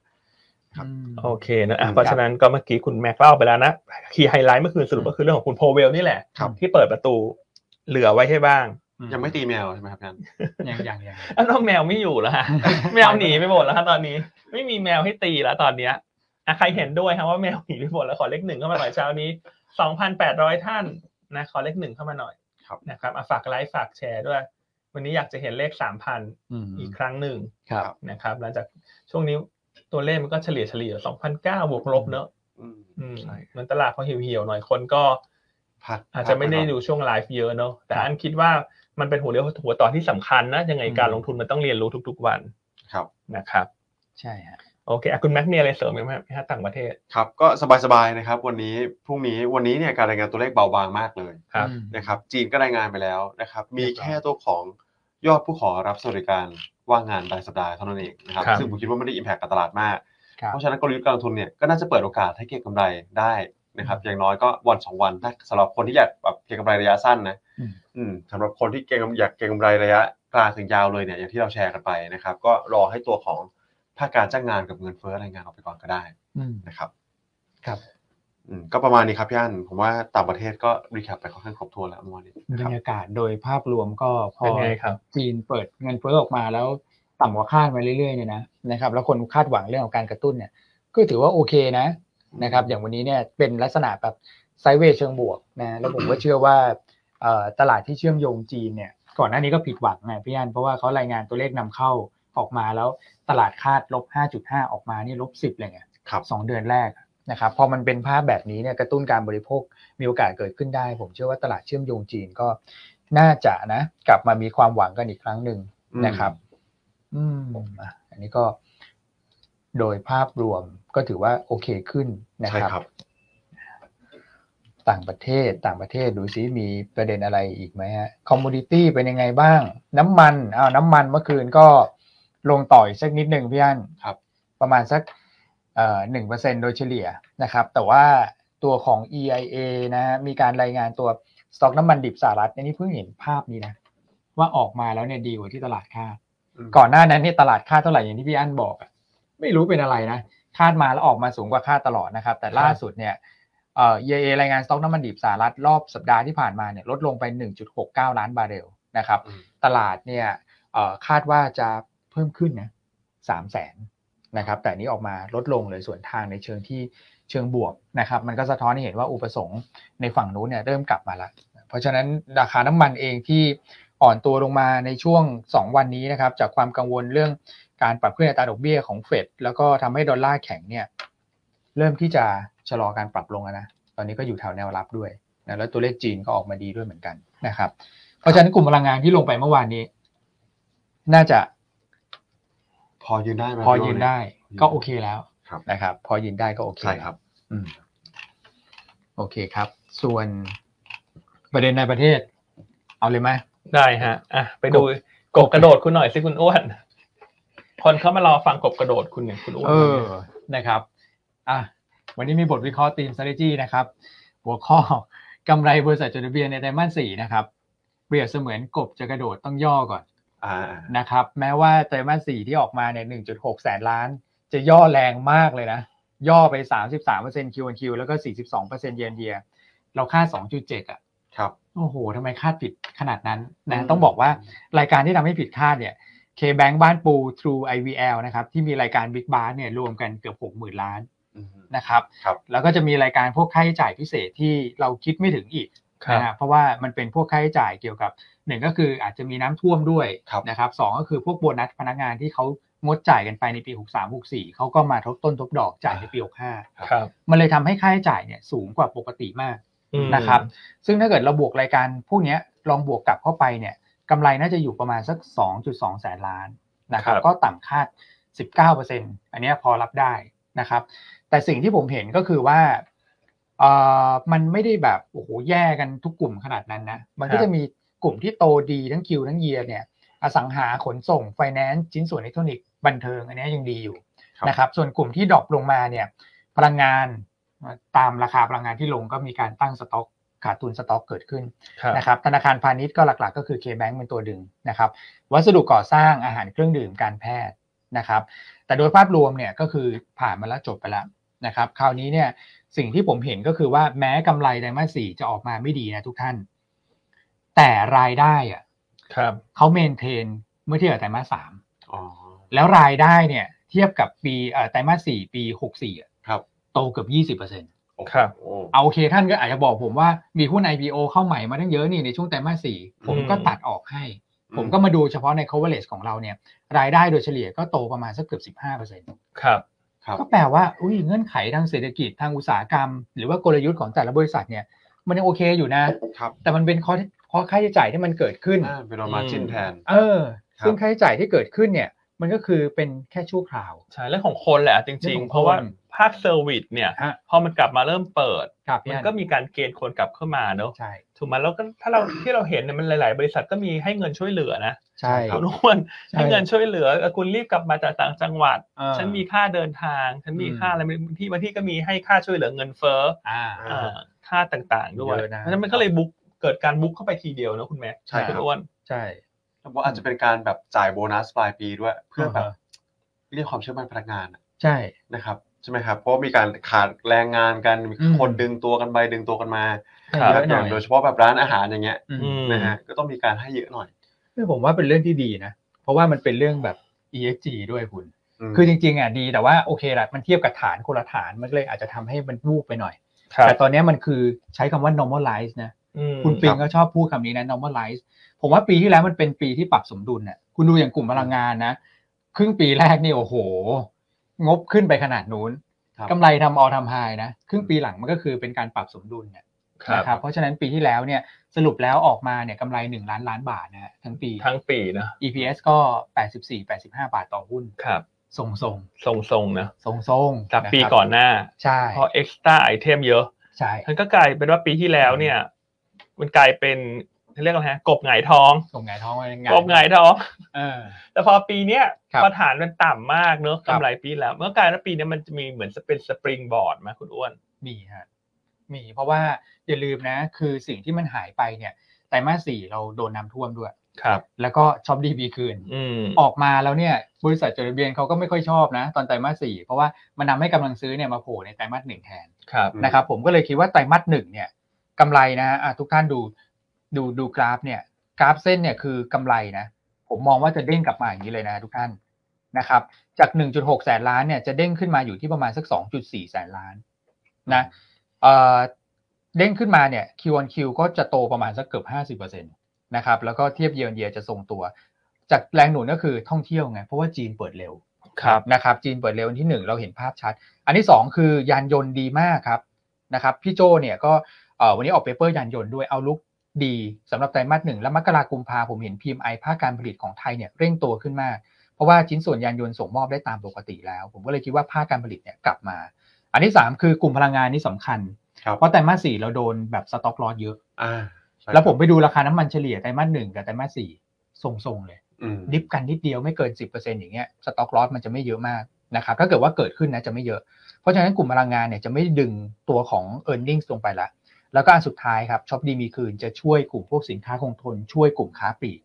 ครับ
อืม
โอเคนะอ่ะ
อืม
เพราะฉะนั้นก็เมื่อกี้คุณแม็กเล่าไปแล้วนะคีย์ไฮไลท์เมื่อคืนสรุปก็คือเรื่องของคุณโพเวลนี่แหละ
ครับ
ที่เปิดประตูเหลือไว้ให้บ้าง
ยังไม่ตีแมวใช่ไหมครับพี่อัน
ยังยังยัง
อ้าวน้องแมวไม่อยู่แล้วฮะ แมวหนีไปหมดแล้วฮะตอนนี้ ไม่มีแมวให้ตีแล้วตอนเนี้ยอ่ะใครเห็นด้วยครับว่าแมวหนีไปหมดแล้วขอเลขหนึ่งเข้ามาหน่อยเช้านี้สองพันแปดร้อยท่านนะขอเลขหนึ่งเข้ามาหน่อย
ครับ
นะครับอ่ะฝากไลค์ฝากแชร์ด้วย วันนี้อยากจะเห็นเลขสามพันอีกครั้งหนึ่ง
ครับ
นะครับหลังจากช่วงนี้ตัวเลขมันก็เฉลี่ยเฉลี่ยสองพันเก้าบวกลบเนอะ
อืม
อืม
ใช่
เหมือนตลาดพอเหี่ยวๆหน่อยคนก็
พัก
อาจจะไม่ได้ดูช่วงไลฟ์เยอะเนอะแต่อันคิดว่ามันเป็นหัวเรียวหัวต่อที่สำคัญนะยังไงการลงทุนมันต้องเรียนรู้ทุก ๆวัน
ครับ
นะครับ
ใช่ฮะ
โอเคอ่ะคุณแม็กมีอะไรเสริมอีกไหมครับฮะต่างประเทศ
ครับก็สบายๆนะครับ วันนี้พรุ่งนี้วันนี้เนี่ยการรายงานตัวเลขเบาบางมากเลย
ครับ
นะครับจีนก็รายงานไปแล้วนะครับ มี
เรียบร้อย
แค่ตัวของยอดผู้ขอรับสวัสดิการว่างงานรายสัปดาห์เท่านั้นเองนะครับ
ครับ
ซึ่งผมคิดว่าไม่ได้อิมแพคกับตลาดมาก
ครับ
เพราะฉะนั้นกลยุทธ์การลงทุนเนี่ยก็น่าจะเปิดโอกาสให้เก็งกำไรได้นะครับ อย่างน้อยก็วันสองวันถ้าสำหรับคนที่อยากแบบเก็งกำไรระยะสั้นนะ
อืม
อืมสำหรับคนที่เก็งกำอยากเก็งกำไรระยะกลางถึงยาวเลยเนี่ยอย่างที่เราแชร์กันไปนะครับ ก็รอให้ตัวของภาคการจ้างงานกับเงินเฟ้อรายงานออกไปก่อนก็ได้
อืม
นะครับ
ครับ
อืมก็ประมาณนี้ครับพี่อันผมว่าต่างประเทศก็รีแคปไปค่อนข้างครบถ้วนแล้วเมื่อวานนี้
บร
นะครับ
รยากาศโดยภาพรวมก็พอ
เป็นไงครับ
จีนเปิดเงินเฟ้อออกมาแล้วต่ำกว่าคาดมาเรื่อยๆเนี่ยนะนะครับ แล้วคนคาดหวังเรื่องของการกระตุ้นเนี่ย ก็ถือว่าโอเคนะนะครับ อย่างวันนี้เนี่ยเป็นลักษณะแบบไซด์เวย์เชิงบวกนะแล้วผมก็เชื่อว่าเอ่อตลาดที่เชื่อมโยงจีนเนี่ย ก่อนหน้านี้ก็ผิดหวังนะพี่อันเพราะว่าเขารายงานตัวเลขนำเข้าออกมาแล้วตลาดคาดลบ 5.5 ออกมานี่ลบ 10เลยไง
ครับ
สองเดือนแรกนะครับพอมันเป็นภาพแบบนี้เนี่ยกระตุ้นการบริโภคมีโอกาสเกิดขึ้นได้ ผมเชื่อว่าตลาดเชื่อมโยงจีนก็น่าจะนะ กลับมามีความหวังกันอีกครั้งหนึ่ง
อืม
นะครับ อืมอ่ะอันนี้ก็โดยภาพรวมก็ถือว่าโอเคขึ้นนะค
ใช่
รับ
ครับ
ต่างประเทศต่างประเทศดูซิมีประเด็นอะไรอีกไหมฮะคอมมูนิตี้เป็นยังไงบ้าง น้ำมันอ้าวน้ำมันเมื่อคืนก็ลงต่อยสักนิดหนึ่งพี่อัน
ครับ
ประมาณสักหนึ่งเปอร์เซ็นโดยเฉลี่ยนะครับ แต่ว่าตัวของ EIA นะฮะมีการรายงานตัว สต็อกน้ำมันดิบสหรัฐเนี่ยนี่เพิ่งเห็นภาพนี้นะ
ว่าออกมาแล้วเนี่ยดีกว่าที่ตลาดคาด
ก่อนหน้านั้นเนี่ยตลาดคาดเท่าไหร่อย่างที่พี่อั้นบอกอะไม่รู้เป็นอะไรนะ คาดมาแล้วออกมาสูงกว่าคาดตลอดนะครับ แต่ล่าสุดเนี่ยเอ่อ EIA รายงานสต็อกน้ำมันดิบสหรัฐรอบสัปดาห์ที่ผ่านมาเนี่ยลดลงไป 1.69 ล้านบาร์เรลนะครับ
อืม
ตลาดเนี่ยเอ่อคาดว่าจะเพิ่มขึ้นนะ3แสนนะครับ แต่อันนี้ออกมาลดลงเลยส่วนทางในเชิงที่เชิงบวกนะครับ มันก็สะท้อนให้เห็นว่าอุปสงค์ในฝั่งนู้นเนี่ยเริ่มกลับมาละ เพราะฉะนั้นราคาน้ำมันเองที่อ่อนตัวลงมาในช่วง 2 วันนี้นะครับ จากความกังวลเรื่องการปรับขึ้นอัตราดอกเบี้ยของเฟดแล้วก็ทำให้ดอลลาร์แข็งเนี่ยเริ่มที่จะชะลอการปรับลงแล้วนะ ตอนนี้ก็อยู่แถวแนวรับด้วยนะแล้วตัวเลขจีนก็ออกมาดีด้วยเหมือนกันนะครับ เพราะฉะนั้นกลุ่มพลังงานที่ลงไปเมื่อวานนี้ น่าจะ
พอยืนได้ไหม
พอยืนได้ก็โอเคแล้ว
ครับ
นะครับ พอยืนได้ก็โอเค
ใช่ครับ
อืมโอเคครับ ส่วนประเด็นในประเทศ เอาเลยไหม
ได้ฮะอ่ะไปดูกบกระโดดคุณหน่อยสิคุณอ้วน คนเข้ามารอฟังกบกระโดดคุณเนี่ยคุณอ้วน
เออ นะครับ อ่ะ วันนี้มีบทวิเคราะห์ทีม strategy นะครับ หัวข้อกำไรบริษัทจดทะเบียนในไตรมาสสี่นะครับ เปรียบเสมือนกบจะกระโดดต้องย่อก่อน
อ่า
นะครับ แม้ว่าไตรมาสสี่ที่ออกมาเนี่ย1.6 แสนล้าน จะย่อแรงมากเลยนะ ย่อไป 33% Q on Q แล้วก็ 42% year on year เราค่าด2.7อ่ะ
ครับ
โอ้โห ทำไมคาดผิดขนาดนั้นนะ
อืม
ต้องบอกว่ารายการที่ทำให้ผิดคาดเนี่ย K-Bank บ้านปู True IVL นะครับ ที่มีรายการ Big b a s เนี่ยรวมกันเกือบ 60,000 ล้าน
อืม
นะครับ
ครับ
แล้วก็จะมีรายการพวกค่าใช้จ่ายพิเศษที่เราคิดไม่ถึงอีก
ครับ
นะฮะเพราะว่ามันเป็นพวกค่าใช้จ่ายเกี่ยวกับหนึ่งก็คืออาจจะมีน้ำท่วมด้วย
ครับ
นะครับสองก็คือพวกโบนัสพนักงานที่เขางดจ่ายกันไปในปี 63-64เขาก็มาทบต้นทบดอกจ่ายในปี
ครับ
65 มันเลยทำให้ค่าใช้จ่ายเนี่ยสูงกว่าปกติมาก
อืม
นะครับ ซึ่งถ้าเกิดเราบวกรายการพวกเนี้ยลองบวกกลับเข้าไปเนี่ยกำไรน่าจะอยู่ประมาณสัก 2.2 แสนล้านนะครับ
ครับ
ก็ต่ำคาด 19%อันเนี้ยพอรับได้นะครับ แต่สิ่งที่ผมเห็นก็คือว่าเอ่อมันไม่ได้แบบโอ้โหแย่กันทุกกลุ่มขนาดนั้นนะมัน
ค
ก็
รับ
จะมีกลุ่มที่โตดีทั้งคิวทั้งเยียเนี่ยอสังหาขนส่งไฟแนนซ์ชิ้นส่วนอิเล็กทรอนิกส์บันเทิงอันเนี้ยยังดีอยู่
ครับ
นะครับส่วนกลุ่มที่ดรอปลงมาเนี่ยพลังงานตามราคาพลังงานที่ลงก็มีการตั้งสต็อก ขาดทุนสต็อกเกิดขึ้น
ครับ
นะครับธนาคารพาณิชย์ก็หลักๆ ก็คือ K-Bank เป็นตัวดึงนะครับวัสดุก่อสร้างอาหารเครื่องดื่มการแพทย์นะครับ แต่โดยภาพรวมเนี่ยก็คือผ่านมาแล้วจบไปแล้วนะครับคราวนี้เนี่ยสิ่งที่ผมเห็นก็คือว่าแม้กำไรไตรมาสสี่จะออกมาไม่ดีนะทุกท่าน แต่รายได้อะ
ครับ
เขาเมนเทนเมื่อเทียบกับไตรมาสสาม
อ๋อ
แล้วรายได้เนี่ยเทียบกับปีเอ่อไตรมาสสี่ปีหกสี่อะ
ครับ
โตเกือบยี่สิบเปอร์เซ็นต
ครับ
โอ้
เอาโอเคท่านก็อาจจะบอกผมว่ามีหุ้น IPO เข้าใหม่มาตั้งเยอะนี่ในช่วงไตรมาสสี่ผมก็
อืม
ตัดออกให้ ผมก็มาดูเฉพาะใน coverage ของเราเนี่ยรายได้โดยเฉลี่ยก็โตประมาณสักเกือบ 15%
ครับ
ครับ
ก็แปลว่าอุ้ยเงื่อนไขทางเศรษฐกิจทางอุตสาหกรรม หรือว่ากลยุทธ์ของแต่ละบริษัทเนี่ยมันยังโอเคอยู่นะ
ครับ
แต่มันเป็นข้อข้อค่าใช้จ่ายที่มันเกิดขึ้น
อ่าเป็นมาจิ้นแทน
เออ
ครับ
ซึ่งค่าใช้จ่ายที่เกิดขึ้นเนี่ยมันก็คือเป็นแค่ชั่วคราว
ใช่เรื่องของคนแหละจ
เรื่
ริ
อ
ๆ
ง งของคน
เพราะว่าภาคเซอร์วิสเนี่ย
ฮะ
พอมันกลับมาเริ่มเปิด
ครับพี่
มัน
อัน
ก็มีการเกณฑ์คนกลับเข้ามาเนอะ
ใช่
ถูกไหมแล้วก็ถ้าเราที่เราเห็นเนี่ยมันหลาย ๆ บริษัทก็มีให้เงินช่วยเหลือนะ
ใช่
คุณอ้วน
ใช่
ให้เงินช่วยเหลือเออคุณรีบกลับมาจากต่างจังหวัด
เออ
ฉันมีค่าเดินทาง ฉันมี
อืม
ค่าอะไรบางที่บางที่ก็มีให้ค่าช่วยเหลือเงินเฟ้อ
อ่า
อ่
อ่าค่าต่างๆ ด้วย
เยอะนะ
เพราะฉะนั้นมันก็เลยบุ๊กเกิดการบุ๊กเข้าไปทีเดียวนะคุณแม่
ใช่ครับ
คุณอ้วน
ใช่
แล้วว่าอาจจะเป็นการแบบจ่ายโบนัสปลายปีด้วย เพื่อแบบ
อ่าฮะ
เรียกความเชื่อมั่นพนักงานอะ
ใช่
นะครับใช่ไหมครับ เพราะมีการขาดแรงงานกันมี
อืม
คนดึงตัวกันไปดึงตัวกันมา
ค
ให้
รับ
เยอะห
อ
น่อ
ย่า
ง ย
โดยเฉพาะแบบร้านอาหารอย่างเงี้ย
อืม
อืม
นะฮะก็ต้องมีการให้เยอะหน่อย
คือผมว่าเป็นเรื่องที่ดีนะ เพราะว่ามันเป็นเรื่องแบบ ESG ด้วยคุณ
ม
คือจริงๆอ่ะดีแต่ว่าโอเคละมันเทียบกับฐานคนละฐานมันเลยอาจจะทำให้มันวูบไปหน่อย
ครับ
แต่ตอนเนี้ยมันคือใช้คำว่า normalize นะ
อืม
คุณปิ
ครั
ง
บ
ก็ชอบพูดคำนี้นะ normalize ผมว่าปีที่แล้วมันเป็นปีที่ปรับสมดุลน่ะคุณดูอย่างกลุ่มพลังงานนะ ครึ่งปีแรกนี่โอ้โห งบขึ้นไปขนาดนู้น
ครับ
กำไรทำออทำไฮนะ ครึ่งปีหลังมันก็คือเป็นการปรับสมดุลเนี่ย นะครับเพราะฉะนั้นปีที่แล้วเนี่ยสรุปแล้วออกมาเนี่ยกำไร 1 ล้านล้านบาทนะฮะทั้งปี
ทั้งปีนะ
EPS ก็ 84 85 บาทต่อหุ้น
ครับ
ทรงทรง
ทรงๆนะ
ทรงทรง
จาก
ๆะครับ
ปีก่อนหน้า
ใช่
เพราะเอ็กซ์ตร้าไอเทมเยอะ
ใช่
มันก็กลายเป็นว่าปีที่แล้วเนี่ย มันกลายเป็นเรียกว่าไงฮะกบหงายท้อง
ส่งไงายท้องไว้
กบหงายท้อง
เออ
แต่พอปีเนี้ย
ครับ
พอฐานมันต่ำมากเนอะ
ครับ
กำไรปีแล้ว เมื่อกลายเป็นว่าปีเนี้ยมันจะมีเหมือนเป็นสปริงบอร์ดไหมคุณอ้วน
มีฮะ มี เพราะว่าอย่าลืมนะ คือสิ่งที่มันหายไปเนี่ยไตรมาสสี่เราโดนน้ำท่วมด้วย
ครับ
แล้วก็ช็อปดีมีคืน
อืม
ออกมาแล้วเนี่ยบริษัทจดทะเบียนเขาก็ไม่ค่อยชอบนะ ตอนไตรมาสสี่เพราะว่ามันทำให้กำลังซื้อเนี่ยมาโผล่ในไตรมาสหนึ่งแทน
ครับ
อืม
นะครับผมก็เลยคิดว่าไตรมาสหนึ่งเนี่ยกำไรนะฮะอ่ะทุกท่านดูดูดูกราฟเนี่ยกราฟเส้นเนี่ยคือกำไรนะผมมองว่าจะเด้งกลับมาอย่างนี้เลยนะฮะทุกท่านนะครับจาก 1.6 แสนล้านเนี่ยจะเด้งขึ้นมาอยู่ที่ประมาณสัก 2.4 แสนล้านนะเอ่อเด้งขึ้นมาเนี่ย Q on Q ก็จะโตประมาณสักเกือบ50%นะครับแล้วก็เทียบเยียร์เยียจะทรงตัว จากแรงหนุนก็คือท่องเที่ยวไงเพราะว่าจีนเปิดเร็ว
ครับ
นะครับจีนเปิดเร็วอันที่หนึ่งเราเห็นภาพชัด อันที่สองคือยานยนต์ดีมากครับนะครับพี่โจเนี่ยก็เอ่อวันนี้ออกเปเปอร์ยานยนต์ด้วยเอาลุกดีสำหรับไตรมาสหนึ่งและมกรากุมภาผมเห็น PMI ภาคการผลิตของไทยเนี่ยเร่งตัวขึ้นมาก เพราะว่าชิ้นส่วนยานยนต์ส่งมอบได้ตามปกติแล้ว ผมก็เลยคิดว่าภาคการผลิตเนี่ยกลับมา อันที่สามคือกลุ่มพลังงานนี่สำคัญ
ครับ
เพราะไตรมาสสี่เราโดนแบบสต็อกลอสเยอะ
อ่าใช่
แล้วผมไปดูราคาน้ำมันเฉลี่ยไตรมาสหนึ่งกับไตรมาสสี่ทรงๆเลย
อืม
ดิฟกันนิดเดียวไม่เกิน 10%อย่างเงี้ยสต็อกลอสมันจะไม่เยอะมากนะครับถ้าเกิดว่าเกิดขึ้นนะจะไม่เยอะ เพราะฉะนั้นกลุ่มพลังงานเนี่ยจะไม่ดึงตัวของ e a r n i n g ็ลงไปละแล้วก็อันสุดท้ายครับช็อปดีมีคืนจะช่วยกลุ่มพวกสินค้าคงทน ช่วยกลุ่มค้าปลีก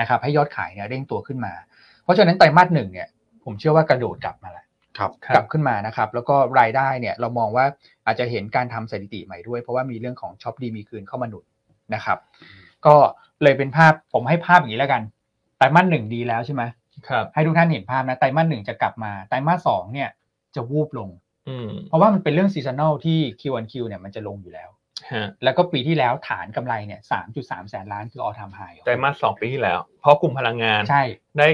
นะครับให้ยอดขายเนี่ยเร่งตัวขึ้นมา เพราะฉะนั้นไตรมาสหนึ่งเนี่ยผมเชื่อว่ากระโดดกลับมาละ
ครับ
กลับขึ้นมานะครับแล้วก็รายได้เนี่ยเรามองว่าอาจจะเห็นการทำสถิติใหม่ด้วย เพราะว่ามีเรื่องของช็อปดีมีคืนเข้ามาหนุนนะครับก็เลยเป็นภาพผมให้ภาพอย่างนี้แล้วกัน ไตรมาสหนึ่งดีแล้วใช่ไหม
ครับ
ให้ทุกท่านเห็นภาพนะ ไตรมาสหนึ่งจะกลับมา ไตรมาสสองเนี่ยจะวูบลง
อืม
เพราะว่ามันเป็นเรื่องซีซันแนลที่ Q on Q เนี่ยมันจะลงอยู่แล้ว
ฮะ
แล้วก็ปีที่แล้วฐานกำไรเนี่ยสามจุดสามแสนล้านคือออทามไฮ
ไตรมาสสองปีที่แล้ว เพราะกลุ่มพลังงาน
ใช่
ได้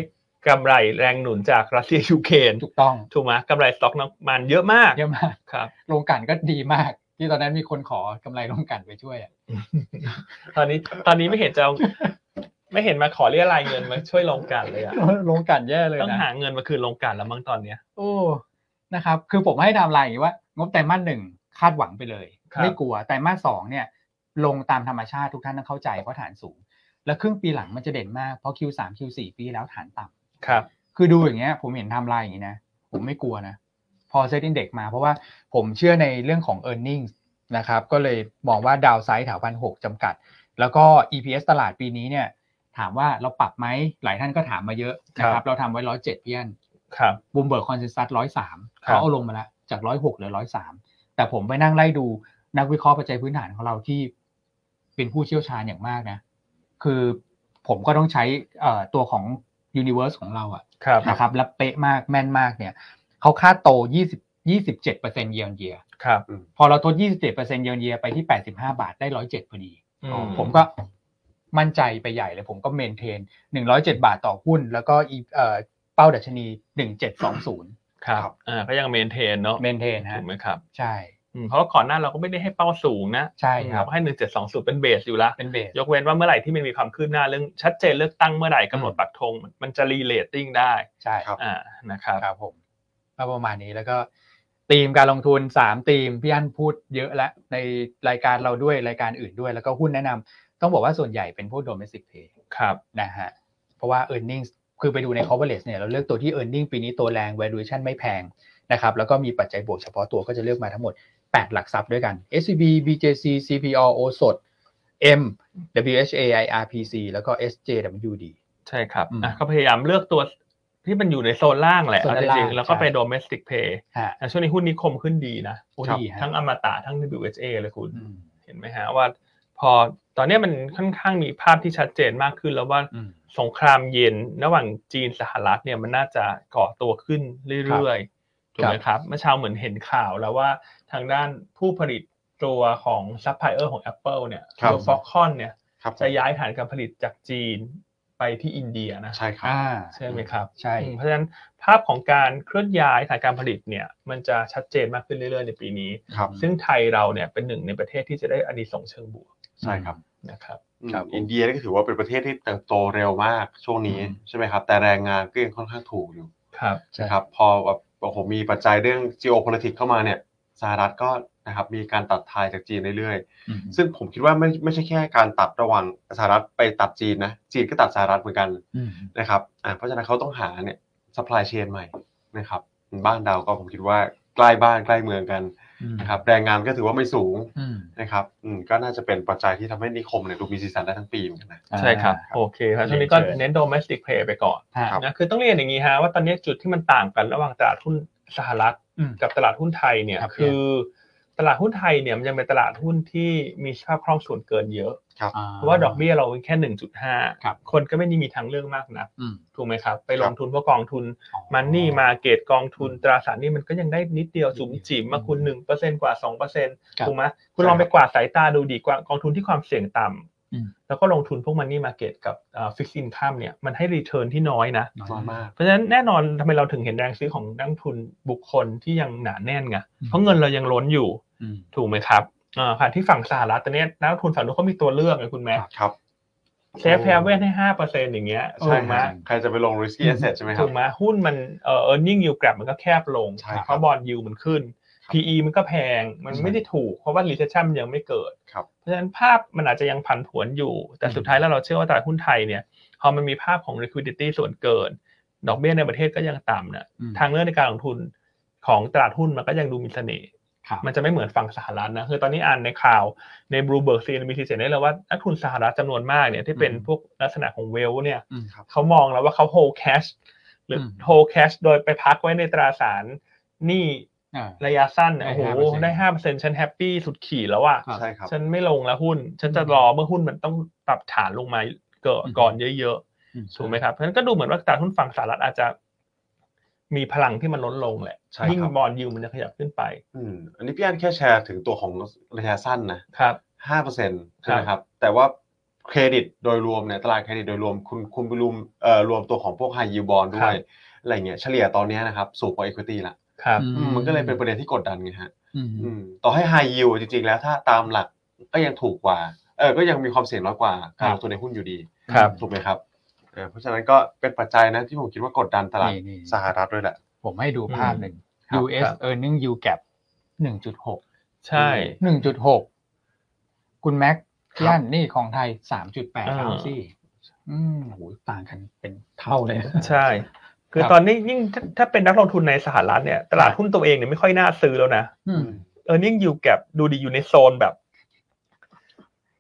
กำไรแรงหนุนจากรัสเซียยูเครน
ถูกต้อง
ถูกไหมกำไรสต็อกน้ำมันเยอะมาก
เยอะมาก
ครับ
โรงกลันก็ดีมาก ที่ตอนนั้นมีคนขอกำไรโรงกลันไปช่วยอะ
ตอนนี้ตอนนี้ไม่เห็นจะเอา ไม่เห็นมาขอเรียรายเงินมาช่วยลงกลันเลยอะ
โรงกลันแย่เลย
ต้อง
นะ
หาเงินมาคืนลงกลันแล้วมั้งตอนเนี้ย
โอ้นะครับ คือผมให้ไทำลายอย่างนี้ว่างบไตรมาสหนึ่งคาดหวังไปเลย
ครับ
ไม่กลัวไตรมาสสองเนี่ย ลงตามธรรมชาติทุกท่านต้องเข้าใจเพราะฐานสูง และครึ่งปีหลังมันจะเด่นมากเพราะ Q3 Q4 ปีแล้วฐานต่
ครับ
ำคือดูอย่างเงี้ยผมเห็นไทำลายอย่างนี้นะ ผมไม่กลัวนะ พอเซตอินเด็กมาเพราะว่าผมเชื่อในเรื่องของ e a r n i n g นะครับ ก็เลยมองว่าดาวไซด์แถวพันหกจำกัด แล้วก็ EPS ตลาดปีนี้เนี่ย ถามว่าเราปรับไหมหลายท่านก็ถามมาเยอะนะค
ครั
รับบ เราทำไว้ร้อยเจ็ดเพี้ยน
ครับ
บูมเบิร์กคอนเซนแซสร้อยสาม
ครับ
เขาเอาลงมาแล้วจากร้อยหกเหลือร้อยสามแต่ผมไปนั่งไล่ดูนักวิเคราะห์ปัจจัยพื้นฐานของเราที่เป็นผู้เชี่ยวชาญอย่างมากนะ คือผมก็ต้องใช้เอ่อตัวของ Universe ของเราอะ
ครับ
นะครับและเป๊ะมากแม่นมากเนี่ยเขาคาดโต 20 27เปอร์เซ็นต์เยียร์เยีย
ครับ
พอเราทด 27เปอร์เซ็นต์เยียร์เยียไปที่ 85 บาทได้ 107พอดี
อื
ผมก็มั่นใจไปใหญ่เลย ผมก็เมนเทน 107 บาทต่อหุ้น แล้วก็อีเอ่อเป้าดัชนี 1720
ครับอ่าก็ยังเมนเทนเนาะ
เมนเทนฮะ
ถูกไหมครับ
ใช่
อืมเพราะว่าก่อนหน้าเราก็ไม่ได้ให้เป้าสูงนะ
ใช่ครั
เรา
บ
ก็ให้หนึ่งเจ็ดสองศูนย์เป็นเบสอยู่ละ
เป็นเบส
ยกเว้นว่าเมื่อไหร่ที่มันมีความคืบหน้าเรื่องชัดเจนเลือกตั้งเมื่อไหร่กำหนดปักธงมันมันจะรีเลตติ้งได้
ใช่
ครับ
อ่านะครับ
ครับผมก็ประมาณนี้แล้วก็ธีมการลงทุนสามธีมพี่อันพูดเยอะแล้วในรายการเราด้วยรายการอื่นด้วย แล้วก็หุ้นแนะนำต้องบอกว่าส่วนใหญ่เป็นพวก domestic play
ครับ
นะฮะเพราะว่า e a r n i n g คือไปดูใน coverage เนี่ยเราเลือกตัวที่ e a r n i n g ปีนี้ตัวแรง valuation ไม่แพงนะครับแล้วก็มีปัจจัยบวกเฉพาะตัวก็จะเลือกมาทั้งหมด 8 หลักทรัพย์ด้วยกัน SCB BJC CPO โอสด M WHA IRPC แล้วก็ SJWD
ใช่ครับ
อืม
อ่ะก็พยายามเลือกตัวที่มันอยู่ในโซนล่างแหละ
โซน
เอาจ
ล่าง
ริงๆแล้วก็ไป
ใช่
โดเมสติกเพย์
ฮะ
ช่วงนี้หุ้นนิคมขึ้นดีนะ
โอ้
ครับ
ดีฮะ
ทั้งอมตะทั้ง WHA เลยคุณ
อืม
เห็นไหมฮะว่า พอตอนเนี้ยมันค่อนข้างมีภาพที่ชัดเจนมากขึ้นแล้วว่า
อืม
สงครามเย็นระหว่างจีนสหรัฐเนี่ยมันน่าจะก่อตัวขึ้นเรื่อยๆถูกไหมครับ เมื่อเช้าเหมือนเห็นข่าวแล้วว่าทางด้านผู้ผลิตตัวของซัพพลายเออร์ของ Apple เนี่ย
ครับ
ตัวฟ็อกคอนเนี่ย
ครับ
จะย้ายฐานการผลิตจากจีนไปที่อินเดียนะ
ใช่ครับ
อ่า
ใช่ไหมครับ
ใช่
อืมเพราะฉะนั้นภาพของการเคลื่อนย้ายฐานการผลิตเนี่ยมันจะชัดเจนมากขึ้นเรื่อยๆในปีนี้
ครับ
ซึ่งไทยเราเนี่ยเป็นหนึ่งในประเทศที่จะได้อานิสงส์เชิงบวก
ใช่ครับ
นะครับ
ครับผม
อินเดียนี่ก็ถือว่าเป็นประเทศที่เติบโตเร็วมากช่วงนี้
อืม
ใช่ไหมครับ แต่แรงงานก็ยังค่อนข้างถูกอยู่
ครับ
ใช่
นะครับ พอแบบโอ้โหมีปัจจัยเรื่อง geopolitics เข้ามาเนี่ยสหรัฐก็นะครับมีการตัดทายจากจีนเรื่อย
อืม
ๆ ซึ่งผมคิดว่าไม่ไม่ใช่แค่การตัดระหว่างสหรัฐไปตัดจีนนะจีนก็ตัดสหรัฐเหมือนกัน
อืม
นะครับอ่าเพราะฉะนั้นเขาต้องหาเนี่ย supply chain ใหม่นะครับบ้านเราก็ผมคิดว่าใกล้บ้านใกล้เมืองกัน นะครับแรงงานก็ถือว่าไม่สูง
อืม
นะครับอืมก็น่าจะเป็นปัจจัยที่ทำให้นิคมเนี่ยดูมีสีสันได้ทั้งปีเหมือนกันนะ
ใช่ครับ
อ่า
โอเคครับช่วงนี้ก็
เรียนเชิญ
เน้น domestic play ไปก่อน
ครับ
นะคือต้องเรียนอย่างนี้ฮะว่าตอนนี้จุดที่มันต่างกันระหว่างตลาดหุ้นสหรัฐ
อืม
กับตลาดหุ้นไทยเนี่ย
ครับ
คือ ตลาดหุ้นไทยเนี่ยมันยังเป็นตลาดหุ้นที่มีสภาพคล่องส่วนเกินเยอะ เพราะว่าดอกเบี้ยเราแค่ 1.5
ครับ
คนก็ไม่ได้มีทางเลือกมากนะ
อืม
ถูกไหมครับ ไป
ครับ
ลงทุนเพราะกองทุน มันนี่มาเกตกองทุนตราสารหนี่มันก็ยังได้นิดเดียวจุ๋มจิ๋มมาคุณหนึ่งเปอร์เซ็นกว่าสองเปอร์เซ็น
ครับ
ถูกไหมคุณลองไปกวาดสายตาดูดีกว่ากองทุนที่ความเสี่ยงต่ำ
อืม
แล้วก็ลงทุนพวกมันนี่มาเกตกับฟิกซ์อินข้ามเนี่ยมันให้รีเทิร์นที่น้อยนะ
น้อย
น้อย
มาก
มาก
เพราะฉะนั้นแน่นอนทำไมเราถึงเห็นแรงซื้อของนักลงทุนบุคคลที่ยังหนาแน่นไง
อืม
เพราะเงินเรายังล้นอยู่
อืม
ถูกไหมครับอ่าค่ะที่ฝั่งสหรัฐตอนเนี้ยนักลงทุนสหรัฐเขามีตัวเลือกไงคุณแม่
ครับ
เซฟแฮเว่นให้ห้าเปอร์เซ็นต์อย่างเงี้ย
ใช่
ถูกไหม
ฮะใครจะไปลง risky asset ใช่ไหมครั
ถู
บ
กไหมหุ้นมันเอ่อ earning yield gap มันก็แคบลง
ใช่ครับ
เพราะบอลยิวมันขึ้น
ครับ
PE มันก็แพงมันไม่ได้ถูก เพราะว่า recession มันยังไม่เกิด
ครับ
เพราะฉะนั้นภาพมันอาจจะยังผันผวนอยู่ แต่สุดท้ายแล้วเราเชื่อว่าตลาดหุ้นไทยเนี่ยพอมันมีภาพของ liquidity ส่วนเกิน ดอกเบี้ยในประเทศก็ยังต่ำเนี่ย
อืม
ทางเลือกในการลงทุนของตลาดหุ้นมันก็ยังดูมีเสน่ห์
ครับ
มันจะไม่เหมือนฝั่งสหรัฐนะคือตอนนี้อ่านในข่าวในบลูเบิร์กซีนมีทีเสียได้เลยว่านักทุนสหรัฐจำนวนมากเนี่ยที่เป็นพวกลักษณะของ wealth เนี่ย
อืม
เขามองแล้วว่าเขาโฮแคชหรือ
ม
โฮแคชโดยไปพักไว้ในตราสารหนี้
อ่า
ระยะสั้นน่ะ
ได้
โอ้โห
5%
ได้ห้าเปอร์เซ็นฉันแฮปปี้สุดขีดแล้วอ่ะ
ครับ
ใช่ครับ
ฉันไม่ลงแล้วหุ้น ฉันจะรอเมื่อหุ้นมันต้องปรับฐานลงมาเกิด
อืม
ก่อนเยอะ
อืม
ๆถูกไหมครับเพราะฉะนั้นก็ดูเหมือนว่าตลาดหุ้นฝั่งสหรัฐอาจจะ มีพลังที่มันล้นลงแหละ
ใช่ครับ
ยิ่งบอลยูมันจะขยับขึ้นไป
อืมอันนี้พี่อันแค่แชร์ถึงตัวของระยะสั้นนะครับ ห้าเปอร์เซ็นต์ใช่ไหมครับ แต่ว่าเครดิตโดยรวมเนี่ยตลาดเครดิตโดยรวมคุณคุณไปรวมเอ่อรวมตัวของพวก high yield bond ด้
ครั
ว
บ
ย อะไรเงี้ยเฉลี่ยตอนเนี้ยนะครับ สูงกว่า equity ละ
ครับ
อืมมันก็เลยเป็นประเด็นที่กดดันไงฮะ
อืม
อืมต่อให้ high yield จริง ๆ แล้วถ้าตามหลักก็ยังถูกกว่าเออก็ยังมีความเสี่ยงน้อยกว่าการลงทุนในหุ้นอยู่ดี
ครับ
ถูกไหมครับเออเพราะฉะนั้นก็เป็นปัจจัยนะที่ผมคิดว่ากดดันตลาด
นี่นี่
สหรัฐด้วยแหละ
ผมให้ดูภาพหนึ่ง
ครับ
US
ครับ
earning yield gap หนึ่งจุดหก
ใช่
หนึ่งจุดหกคุณแม็ก
ครับ
ย่านนี่ของไทยสามจุดแปด
อ่า
สามสี่อืมโหต่างกันเป็นเท่าเลยนะ
ใช่ คือ
ครับ
ตอนนี้ยิ่งถ้าถ้าเป็นนักลงทุนในสหรัฐเนี่ยตลาดหุ้นตัวเองเนี่ยไม่ค่อยน่าซื้อแล้วนะ
อืม
เออร์เน็งยูแกบดูดีอยู่ในโซนแบบ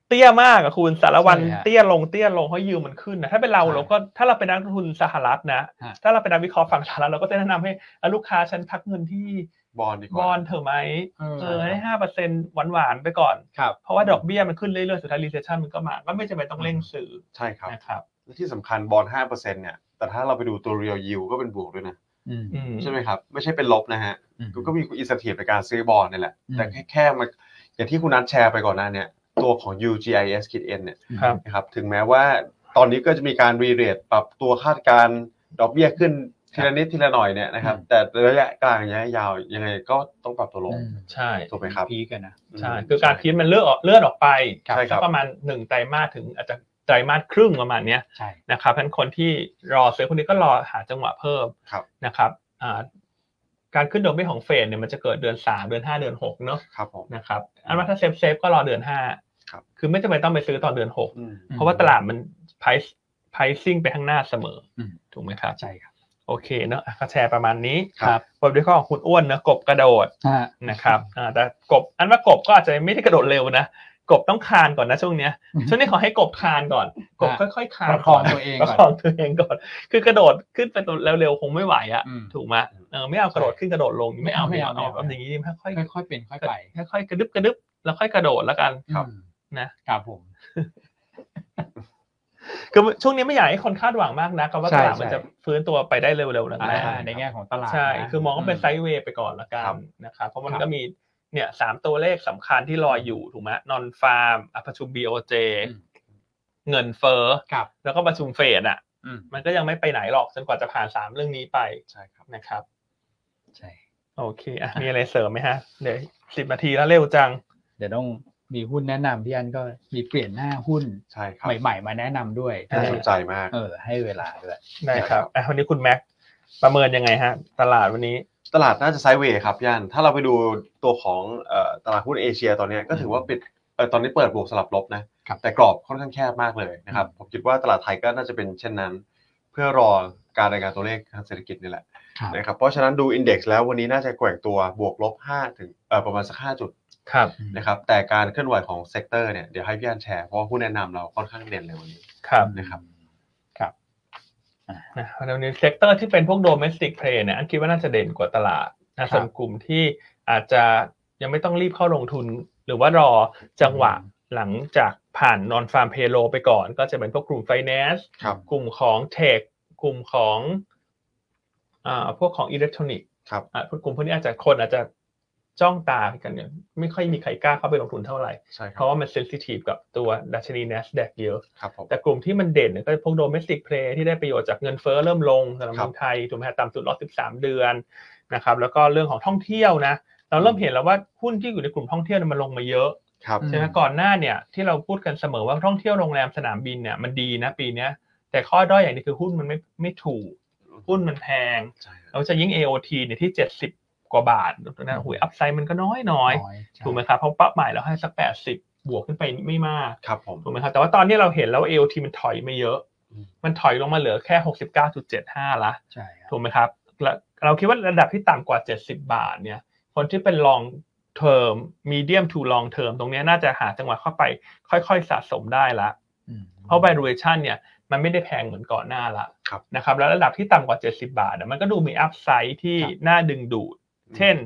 เตี้ยมากอะคุณสารวัน
ใช่ฮะ
เตี้ยลงเตี้ยลงเพราะยิวมันขึ้นนะถ้าเป็นเรา
ใช่
เราก็ถ้าเราเป็นนักลงทุนสหรัฐนะ
ฮะ
ถ้าเราเป็นนักวิเคราะห์ฝั่งสหรัฐเราก็จะแนะนำให้เอาลูกค้าฉันพักเงินที่
บอลดีก
บ
ว่า
อลเธอะไหม
เออ
เออให้ห้าเปอร์เซ็นหวานๆไปก่อน
ครับ
เพราะว่าดอกเบี้ยมันขึ้นเรื่อยๆสุดท้ายรีเซชชันมันก็มาก็ไม่จำเป็นต้องเร่งซื้อ
ใช่ครับ
นะครับ
และที่สำคัญบอลห้าเปอร์เซ็นเนี่ย แต่ถ้าเราไปดูตัว real yield ก็เป็นบวกด้วยนะ
อืม
อืม
ใช่ไหมครับ ไม่ใช่เป็นลบนะฮะ
อืม
ก็มีอิสถีในการซื้อบอลนี่แหละ
อืม
แต่แค่แค่มาอย่างที่คุณนัทแชร์ไปก่อนหน้าเนี่ย ตัวของ UGIS คิด N เนี่ย
ครับ
นะครับ ถึงแม้ว่าตอนนี้ก็จะมีการรีเรทปรับตัวคาดการณ์ดอกเบี้ยขึ้นทีละนิดทีละหน่อยเนี่ยนะครับ
อืม
แต่ระยะกลางระยะยาวยังไงก็ต้องปรับตัวลง
อืม
ใช่
ถูกไหมครับ
พีกันนะ
ใช่คือการพีดมันเลื่อนออกเลื่อนออกไป
ครับใช่ครับ
สักประมาณหนึ่งไตรมาสถึงอาจจะไตรมาสครึ่งประมาณเนี้ย
ใช่
นะครับเพราะฉะนั้นคนที่รอซื้อคนนี้ก็รอหาจังหวะเพิ่ม
ครับ
นะครับอ่าการขึ้นดอกเบี้ยของเฟดเนี่ยมันจะเกิดเดือนสามเดือนห้าเดือนหกเนอะ
ครับผม
นะครับอันว่าถ้าเซฟเซฟก็รอเดือนห้า
ครับ
คือไม่จำเป็นต้องไปซื้อตอนเดือนหก
อืม
เพราะว่าตลาดมัน price pricing ไปข้างหน้าเสมออ
ม
ถูกไหมครับ
ใช่ครับ
โอเคเนอะอ่ะก็แชร์ประมาณนี้
ครับ
บทวิเคราะห์ของคุณอ้วนเนอะกบกระโดด
ฮะ
นะครับอ่าแต่กบอันว่ากบก็อาจจะไม่ได้กระโดดเร็วนะกบต้องคานก่อนนะช่วงเนี้ย ช่วงนี้ขอให้กบคานก่อน กบ
ฮะ
ค่อยๆคาน
ประคองตัวเอง
ป
ก่อน
ระคองตัวเองก่อน คือกระโดดขึ้นไปตัวเร็วๆคงไม่ไหวอ่ะ
อืม
ถูกไหมเออไม่เอากระโดดขึ้นกระโดดลงไม่เอา
ไม่
ไม่
เอา
เอา
ไม่เอา
เอาแบบอย่างนี้ดีค่อยๆ
ค่อยๆเป็นค่อยไป
ค่อยๆกระดึบกระดึบแล้วค่อยกระโดดแล้วกัน
ครับ
อืม
นะ
ครับผม
คือช่วงนี้ไม่อยากให้คนคาดหวังมากนะกับว่า
ใช่
ตลาดมัน
ใช่
จะฟื้นตัวไปได้เร็วๆนะ
อ่า
นะ
ในแง่ของตลาด
ใช่
นะ
คือมองว่าเป็นไซด์เวย์ไปก่อนละกั
ครั
น
บ
นะครับเพราะมันก็มีเนี่ยสามตัวเลขสำคัญที่ลอยอยู่ถูกไหมนอนฟาร์มอัปชุมบีโอเจ
อืม
เงินเฟ้อ
ครับ
แล้วก็ประชุมเฟดอ่ะ
อืม
มันก็ยังไม่ไปไหนหรอกจนกว่าจะผ่านสามเรื่องนี้ไป
ใช่ครับ
นะครับ
ใช่
โอเคอ่ะมีอะไรเสริมไหมฮะ เดี๋ยวสิบนาทีแล้วเร็วจัง
เดี๋ยวต้องมีหุ้นแนะนำพี่อันก็มีเปลี่ยนหน้าหุ้น
ใช่ครับ
ใหม่ ๆ มาแนะนำด้วย
ช่
น่า
จะ
สน
ได้
ใจมาก
เออ ให้เวลาด้วย
ได้ครับอ่ะวันนี้คุณแม็กประเมินยังไงฮะ ตลาดวันนี้
ตลาดน่าจะไซด์เวย์ครับย่านถ้าเราไปดูตัวของเอ่อตลาดหุ้นเอเชียตอนเนี้ยก็ถือว่าปิดเอ่อตอนนี้เปิดบวกสลับลบนะครับ แต่กรอบค่อนข้างแคบมากเลยนะครับผมคิดว่าตลาดไทยก็น่าจะเป็นเช่นนั้น เพื่อรอการรายงานตัวเลขทางเศรษฐกิจนี่แหละ
ครับ
นะครับเพราะฉะนั้นดูอินเด็กซ์แล้ววันนี้น่าจะแกว่งตัวบวกลบ5ถึงเอ่อประมาณสัก5จุด
ครับ
นะครับแต่การเคลื่อนไหวของเซกเตอร์เนี่ยเดี๋ยวให้พี่อันแชร์เพราะว่าผู้แนะนำเราค่อนข้างเด่นเลยวันนี้
ครับ
นะครับ
ครับ
นะแล้วนี้เซกเตอร์ที่เป็นพวกโดเมสติกเพลย์เนี่ยอันคิดว่าน่าจะเด่นกว่าตลาดนะส่วนกลุ่มที่อาจจะยังไม่ต้องรีบเข้าลงทุน หรือว่ารอจังหวะหลังจากผ่านนอนฟาร์มเพโลไปก่อน ก็จะเป็นพวกกลุ่มไฟแนนซ์
ครับ
กลุ่มของเทคกลุ่มของอ่าพวกของอิเล็กทรอนิกส์
ครับ
อ่ะพวกกลุ่มพวกนี้อาจจะคนอาจจะจ้องตากันเนี่ยไม่ค่อยมีใครกล้าเข้าไปลงทุนเท่าไหร่
ใช่ค
เพ
รับ
ราะว่ามันเซนซิทีฟกับตัวดัชนี NASDAQ เยอะ
ครับผม
แต่กลุ่มที่มันเด่นเนี่ยก็พวกโดเมสติกเพลย์ที่ได้ประโยชน์จากเงินเฟ้อเริ่มลงสำหรับ
ครั
เมือ
บ
งไทยถูกไหมฮะต่ำสุดรอบ13 เดือนนะครับแล้วก็เรื่องของท่องเที่ยวนะเราเริ่มเห็นแล้วว่าหุ้นที่อยู่ในกลุ่มท่องเที่ยวเนี่ยมันลงมาเยอะ
ครับ
ใช่ไหมก่อนหน้าเนี่ยที่เราพูดกันเสมอว่าท่องเที่ยวโรงแรมสนามบินเนี่ยมันดีนะปีเนี้ยแต่ข้อด้อยอย่างนี้คือหุ้นมันไม่ไม่ถูกหุ้นมันแพง
ใช่ครับ
เราจะยิ่ง AOT เนี่ยที่ 70 กว่าบาทนะโอ้ยอัพไซด์มันก็น้อยน้อย
น้อย
ๆถูกไหมครับเพราะเป้าหมายเราให้สัก 80 บวกขึ้นไปไม่มาก
ครับผม
ถูกไหมครับแต่ว่าตอนนี้เราเห็นแล้ว AOT มันถอยไม่เยอะ
อืม
มันถอยลงมาเหลือแค่ 69.75 ละ
ใช่ครับ
ถูกไหมครับแล้วเราคิดว่าระดับที่ต่ำกว่า 70 บาทเนี่ยคนที่เป็น long term medium to long term ตรงเนี้ยน่าจะหาจังหวะเข้าไป ค่อยๆสะสมได้ละ
อืม
เพราะ valuation เนี่ยมันไม่ได้แพงเหมือนก่อนหน้าละ
ครับ
นะครับแล้วระดับที่ต่ำกว่า 70 บาทอะมันก็ดูมี upside ที่น่าดึงดูด เช่น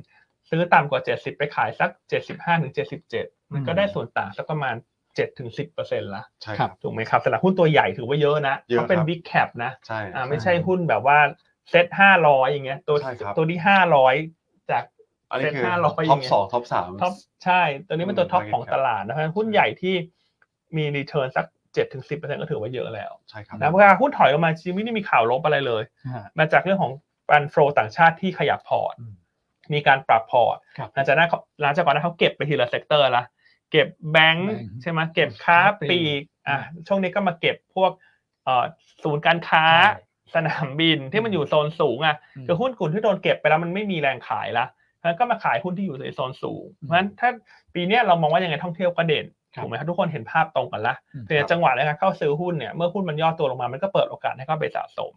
ซื้อต่ำกว่า 70 ไปขายสัก 75-77 มันก็ได้ส่วนต่างสักประมาณ 7-10%ละ
ใช่ครับ
ถูกไหมครับสำหรับหุ้นตัวใหญ่ถือว่าเยอะนะ
เยอะ
เขาเป็น
ครับ
บิ๊กแคปนะ
ใช่
อ่า
ใช่
ไม่ใช่หุ้นแบบว่าเซ็ตห้าร้อยอย่างเงี้ยตัว
ใช่ครับ
ตัวที่ห้าร้อยจาก
อันนี้คือ
เซ็น500
ท็อป
ไง
สองท็อปสาม
ท็อปใช่ตัวนี้เป็นตัว
อืม
ท็อป
market
ของ
cap
ตลาดนะครับหุ้นใหญ่ที่มีรีเทิร์นสักเจ็ดถึงสิบเปอร์เซ็นก็ถือว่าเยอะแล้ว
ใช่ครับ
นะเพราะว่าหุ้นถอยลงมาจริงๆไม่ได้มีข่าวลบอะไรเลย
ฮะ
มาจากเรื่องของฟันโฟต่างชาติที่ขยับพอร์ต
อืม
มีการปรับพอร์ต
ครับ
หลังจากนั้นเขาหลังจากก่อนหนั้นเขาเก็บไปทีละเซกเตอร์ละเก็บแบงค์
แบงค์
ใช่ไหมเก็บค้า
ค้า
ป
ปลี
ลีก
ก
อ่ะช่วงนี้ก็มาเก็บพวกเอ่อศูนย์การค้า
ใช่
สนามบินที่มันอยู่โซนสูงอ่ะ
อืม
คือหุ้นกลุ่มที่โดนเก็บไปแล้วมันไม่มีแรงขายละแล้วก็มาขายหุ้นที่อยู่ในโซนสูง
อืม
เพราะฉะนั้นถ้าปีเนี้ยเรามองว่ายังไงท่องเที่ยวก็เด่น
ครับ
ถูกไหมครับทุกคนเห็นภาพตรงกันละ
อืม
แต่จังหวะในการเข้าซื้อหุ้นเนี่ยเมื่อหุ้นมันย่อตัวลงมามันก็เปิดโอกาสให้เข้าไปสะสม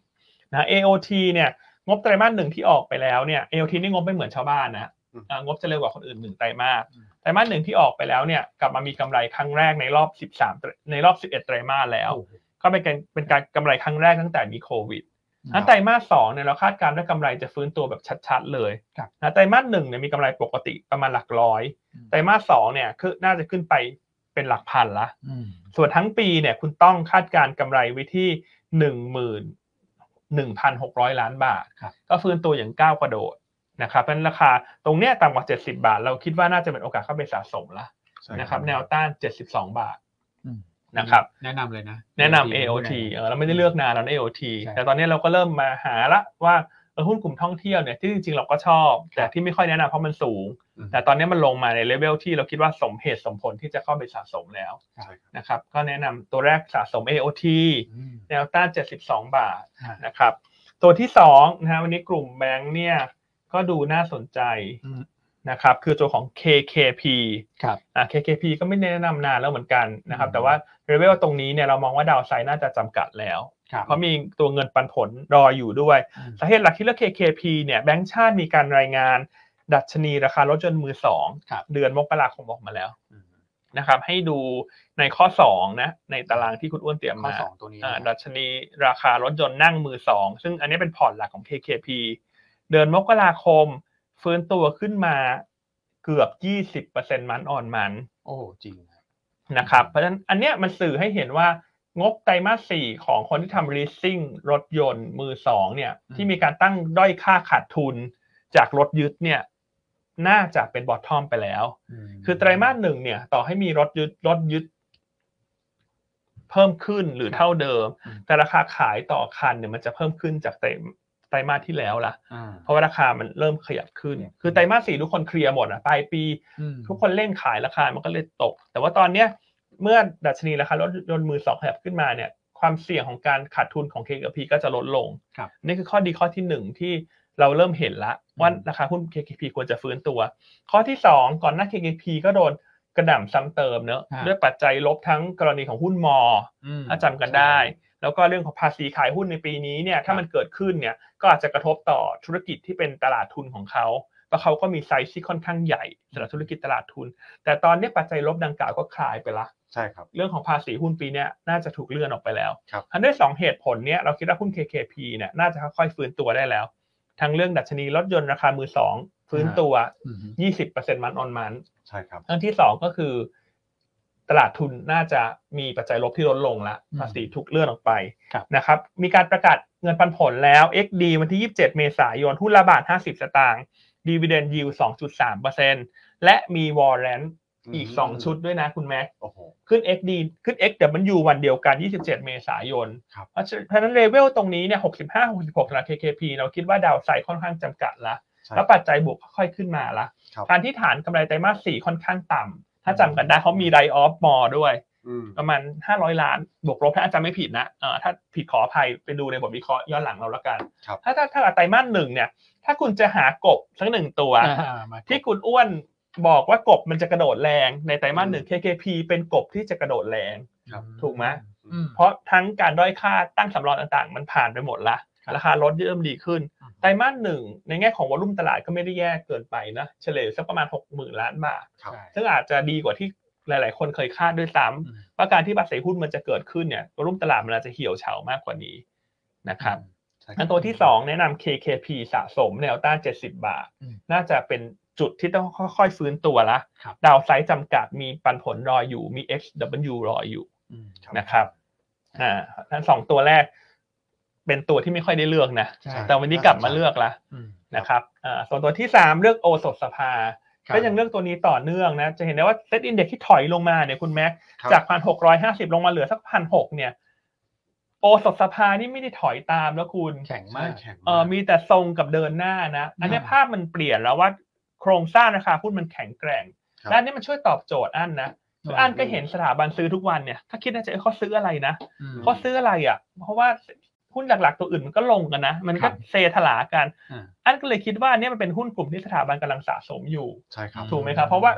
นะ AOT เนี่ยงบไตรมาสหนึ่งที่ออกไปแล้วเนี่ย AOT นี่งบไม่เหมือนชาวบ้านนะ
อืม
อ่างบจะเร็วกว่าคนอื่นหนึ่งไตรมาสไตรมาสหนึ่งที่ออกไปแล้วเนี่ยกลับมามีกำไรครั้งแรกในรอบ 13 ในรอบ 11 ไตรมาสแล้ว
โอ้โห
ก็เป็นการเป็นการกำไรครั้งแรกตั้งแต่มีโควิด
ครับ
นั้นไตรมาสสองเนี่ยเราคาดการณ์ว่ากำไรจะฟื้นตัวแบบชัดๆเลย
ครับ
นะไตรมาสหนึ่งเนี่ยมีกำไรปกติประมาณหลักร้อยไตรมาสสองเนี่ยคือน่าจะขึ้นไปเป็นหลักพันละ
อืม
ส่วนทั้งปีเนี่ยคุณต้องคาดการณ์กำไรไว้ที่หนึ่งหมื่นหนึ่งพันหกร้อยล้านบาท
ครับ
ก็ฟื้นตัวอย่างก้าวกระโดดนะครับเพราะฉะนั้นราคาตรงเนี้ยต่ำกว่า 70 บาท เราคิดว่าน่าจะเป็นโอกาสเข้าไปสะสมละ
ใช่
นะครับแนวต้าน 72 บาท
อืม
นะครับ
แนะนำเลยนะ
แนะนำ AOT เออเราไม่ได้เลือกนานแล้วนะ AOT
ใช่
แต่ตอนนี้เราก็เริ่มมาหาละว่าเออหุ้นกลุ่มท่องเที่ยวเนี่ยที่จริงๆเราก็ชอบ แต่ที่ไม่ค่อยแนะนำเพราะมันสูง
อืม
แต่ตอนนี้มันลงมาในเลเวลที่เราคิดว่าสมเหตุสมผลที่จะเข้าไปสะสมแล้ว
ใช่ครับ
นะครับก็แนะนำตัวแรกสะสม AOT
อืม
แนวต้าน 72 บาท
ฮะ
นะครับตัวที่2นะฮะวันนี้กลุ่มแบงค์เนี่ยก็ดูน่าสนใจ
อืม
นะครับคือตัวของ KKP
ครับ
อ่ะ KKP ก็ไม่แนะนำนานแล้วเหมือนกันนะครับ
อืม
แต่ว่าเรเวลตรงนี้เนี่ยเรามองว่าดาวไซด์น่าจะจำกัดแล้ว
ครับ
เพราะมีตัวเงินปันผลรออยู่ด้วย
อืม
สาเหตุหลักที่เลือก KKP เนี่ยแบงก์ชาติมีการรายงานดัชนีราคารถยนต์มือสอง
ครับ
เดือนมกราคมออกมาแล้ว
อืม
นะครับให้ดูในข้อ 2 นะ ในตารางที่คุณอ้วนเตรียม
ข้อ
มา
สองตัวนี้
อ่า
นะ
ดัชนีราคารถยนต์นั่งมือ 2 ซึ่งอันนี้เป็นพอร์ตหลักของ KKP เดือนมกราคม ฟื้นตัวขึ้นมาเกือบ 20%มันอ่อนมัน
โอ้จริงนะ
นะครับเพราะฉะนั้นอันเนี้ยมันสื่อให้เห็นว่างบไตรมาส 4 ของคนที่ทำ leasing รถยนต์มือ 2 เนี่ยที่มีการตั้งด้อยค่าขาดทุนจากรถยึดเนี่ยน่าจะเป็นบอททอมไปแล้ว
ม
คือไตรมาสหนึ่งเนี่ย ต่อให้มีรถยึดรถยึด เพิ่มขึ้นหรือเท่าเดิม
อืม
แต่ราคาขายต่อคันเนี่ยมันจะเพิ่มขึ้นจากไตรไตรมาสที่แล้วละ
อ่า
เพราะว่าราคามันเริ่มขยับขึ้น
เนี่ย
คือไตรมาสสี่ทุกคนเคลียร์หมดอ่ะปลายปี
อืม
ทุกคนเร่งขายราคามันก็เลยตก แต่ว่าตอนเนี้ยเมื่อดัชนีราคารถยนต์มือสองขยับขึ้นมาเนี่ย ความเสี่ยงของการขาดทุนของ KKP ก็จะลดลง
ครับ
นี่คือข้อดีข้อที่หนึ่งที่เราเริ่มเห็นละว่าราคาหุ้น KKP ควรจะฟื้นตัว ข้อที่สองก่อนหน้า KKP ก็โดนกระหน่ำซ้ำเติมเนอะ
ฮะ
ด้วยปัจจัยลบทั้งกรณีของหุ้นมอ
อืม
ถ้าจำกันได้ แ แล้วก็เรื่องของภาษีขายหุ้นในปีนี้เนี่ยถ้ามันเกิดขึ้นเนี่ยก็อาจจะกระทบต่อธุรกิจที่เป็นตลาดทุนของเขาเพราะเขาก็มีไซส์ที่ค่อนข้างใหญ่สำหรับธุรกิจตลาดทุน แต่ตอนนี้ปัจจัยลบดังกล่าวก็คลายไปละ
ใช่ครับ
เรื่องของภาษีหุ้นปีเนี้ยน่าจะถูกเลื่อนออกไปแล้ว
ครับ
ทั้งด้วยสองเหตุผลเนี้ยเราคิดว่าหุ้น KKP เนี่ยน่าจะค่อยๆฟื้นตัวได้แล้ว ทั้งเรื่องดัชนีรถยนต์ราคามือสองฟื้นตัว
อืม
20%มันออนมัน
ใช่ครับ
ทั้งที่สองก็คือ ตลาดทุนน่าจะมีปัจจัยลบที่ลดลงละภาษีถูกเลื่อนออกไป
ครับ
นะครับ มีการประกาศเงินปันผลแล้ว XD วันที่ 27 เมษายนหุ้นละบาท 50 สตางค์ดีเวเดนยิว2.3%และมีวอร์เรนอีก 2 ชุดด้วยนะคุณแม็ก
โอ้โห
ขึ้น XD ขึ้น XW วันเดียวกัน 27 เมษายน
ครับ
เพราะฉะนั้นเลเวลตรงนี้เนี่ย 65 66สำหรับ KKP เราคิดว่าดาวไซด์ค่อนข้างจำกัดละ
ใช่
แล้วปัจจัยบวกค่อยขึ้นมาละ
ครับ
การที่ฐานกำไรไตรมาสสี่ค่อนข้างต่ำ ถ้าจำกันได้เขามีไรออฟมอด้วย
อืม
ประมาณ 500 ล้าน บวกลบถ้าอาจารย์ไม่ผิดนะเอ่อถ้าผิดขออภัยไปดูในบทวิเคราะห์ย้อนหลังเราละกัน
ครับ
ถ้าถ้าถ้าไตรมาสหนึ่งเนี่ย ถ้าคุณจะหากบสักหนึ่งตัว
อ่ามา
ที่คุณอ้วนบอกว่ากบมันจะกระโดดแรงในไตรมาสหนึ่ง KKP เป็นกบที่จะกระโดดแรง
ครับ
ถูกไหม
อืม
เพราะทั้งการด้อยค่าตั้งสำรองต่างๆ มันผ่านไปหมดละ
ครับ
ราคารถเริ่มดีขึ้น
อืม
ไตรมาสหนึ่งในแง่ของวอลุ่มตลาดก็ไม่ได้แย่เกินไปนะ เฉลี่ยสักประมาณ 6 0,000 ล้านบาท
ครับ
ใช่
ซึ่งอาจจะดีกว่าที่หลายๆ คนเคยคาดด้วย
อืม
ซ้ำว่าการที่ภาษีหุ้นมันจะเกิดขึ้นเนี่ยวอลุ่มตลาดมันอาจจะเหี่ยวเฉามากกว่านี้นะครับ
ใช่ครับ
อันตัวที่ 2 แนะนำ KKP สะสมแนวต้าน 70 บาท
อืม
น่าจะเป็นจุดที่ต้องค่อยๆ ฟื้นตัวละ
ครับ
ดาวไซด์จำกัดมีปันผลรออยู่มี XW รออยู่
อืม
ครับ
นะครับอ่าทั้งสองตัวแรก เป็นตัวที่ไม่ค่อยได้เลือกนะ
ใช่
แต่วันนี้กลับมาเลือกละ
อืม
นะครับอ่าส่วนตัวที่สามเลือกโอสถสภา
ครับ
ก็ยังเลือกตัวนี้ต่อเนื่องนะ จะเห็นได้ว่าเซตอินเด็กที่ถอยลงมาเนี่ยคุณแม็ก
ครับ
จากพันหกร้อยห้าสิบลงมาเหลือสักพันหกเนี่ย โอสถสภานี่ไม่ได้ถอยตามแล้วคุณ
แข็ง
มาม
าก
แข็ง
เออมีแต่ทรงกับเดินหน้านะ อันนี้
อ่า
ภาพมันเปลี่ยนแล้วว่าโครงสร้างราคาหุ้นมันแข็งแกร่ง
ครับ
และอันนี้มันช่วยตอบโจทย์อันนะคืออันก็เห็นสถาบันซื้อทุกวันเนี่ย ถ้าคิดใน่ใจเอ้ยเขาซื้ออะไรนะ
อืม
เขาซื้ออะไรอ่ะ เพราะว่าหุ้นหลักๆตัวอื่นมันก็ลงกันนะ มันก็
ครับ
เซถลากัน
อ่า
อันก็เลยคิดว่าเนี่ยมันเป็นหุ้นกลุ่มที่สถาบันกำลังสะสมอยู่
ใช่ครับ
ถูกไหมครับ เพราะว่า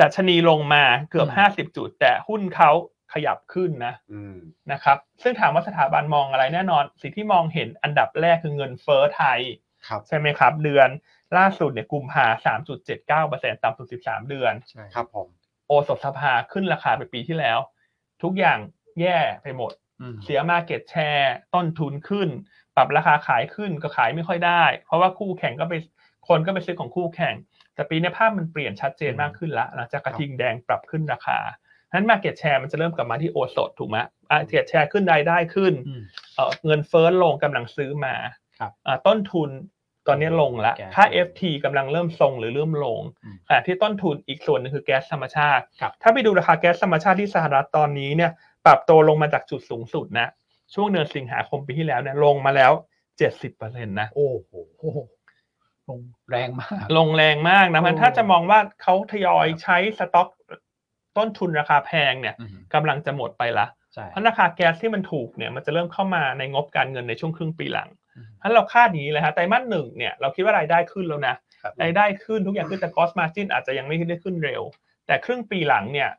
ดัชนีลงมาเกือบ
อืม
ห้าสิบจุด แต่หุ้นเขาขยับขึ้นนะ
อืม
นะครับ ซึ่งถามว่าสถาบันมองอะไรแน่นอน สิ่งที่มองเห็นอันดับแรกคือเงินเฟ้อไทย
ครับ
ใช่ไหมครับ เดือนล่าสุดเนี่ยกุมภาสามจุดเจ็ดเก้าเปอร์เซ็นต์ต่ำสุดสิบสามเดือน
ใช่
ครับผม
โอสถสภาขึ้นราคาไปปีที่แล้ว ทุกอย่างแย่ไปหมด
อืม
เสียมาเก็ตแชร์ต้นทุนขึ้น ปรับราคาขายขึ้นก็ขายไม่ค่อยได้ เพราะว่าคู่แข่งก็ไปคนก็ไปซื้อของคู่แข่ง แต่ปีนี้ภาพมันเปลี่ยนชัดเจนมากขึ้นละหลังจากกระทิงแดงปรับขึ้นราคาฉะนั้นมาเก็ตแชร์มันจะเริ่มกลับมาที่โอสถถูกไหมมาเก็ตแชร์ขึ้นรายได้ขึ้น
อืม
เอ่อเงินเฟ้อลงกำลังซื้อมา
ครับ
อ่าต้นทุนตอนนี้ลงละ
แก๊ส
ค่า FT กำลังเริ่มทรงหรือเริ่มลง
อืม
ขณะที่ต้นทุนอีกส่วนหนึ่งคือแก๊สธรรมชาติ
ครับ
ถ้าไปดูราคาแก๊สธรรมชาติที่สหรัฐตอนนี้เนี่ย ปรับตัวลงมาจากจุดสูงสุดนะ ช่วงเดือนสิงหาคมปีที่แล้วเนี่ยลงมาแล้วเจ็ดสิบเปอร์เซ็นต์นะ
โอ้โหลงแรงมาก
ลงแรงมากนะมัน
โอ้
ถ้าจะมองว่าเขาทยอยใช้สต็อกต้นทุนราคาแพงเนี่ย
อืม
กำลังจะหมดไปละ
ใช่
เพราะราคาแก๊สที่มันถูกเนี่ยมันจะเริ่มเข้ามาในงบการเงินในช่วงครึ่งปีหลัง
อืม
เพราะฉะนั้นเราคาดอย่างนี้เลยฮะไตรมาสหนึ่งเนี่ยเราคิดว่ารายได้ขึ้นแล้วนะครับ รายได้ขึ้นทุกอย่างขึ้นแต่ cost margin อาจจะยังไม่ได้ขึ้นเร็ว แต่ครึ่งปีหลังเนี่ย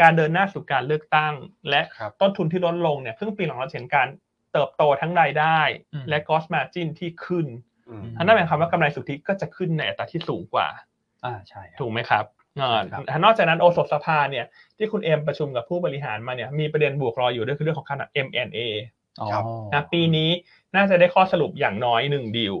การเดินหน้าสู่การเลือกตั้งและ
ครับ
ต้นทุนที่ลดลงเนี่ยครึ่งปีหลังเราจะเห็นการเติบโตทั้งรายได้
อืม
และ gross margin ที่ขึ้น
อืม
อืม
อันนั้นหมายความว่ากำไรสุทธิก็จะขึ้นในอัตราที่สูงกว่า
อ่าใช่ครับ
ถูกไหมครับอ่า
ครับ
นอกจากนั้นโอสถสภาเนี่ยที่คุณเอ็มประชุมกับผู้บริหารมาเนี่ยมีประเด็นบวกรออยู่ด้วยคือเรื่องของขนาด M&A
อ๋อ
ครับ
นะปีนี้น่าจะได้ข้อสรุปอย่างน้อยหนึ่งดีล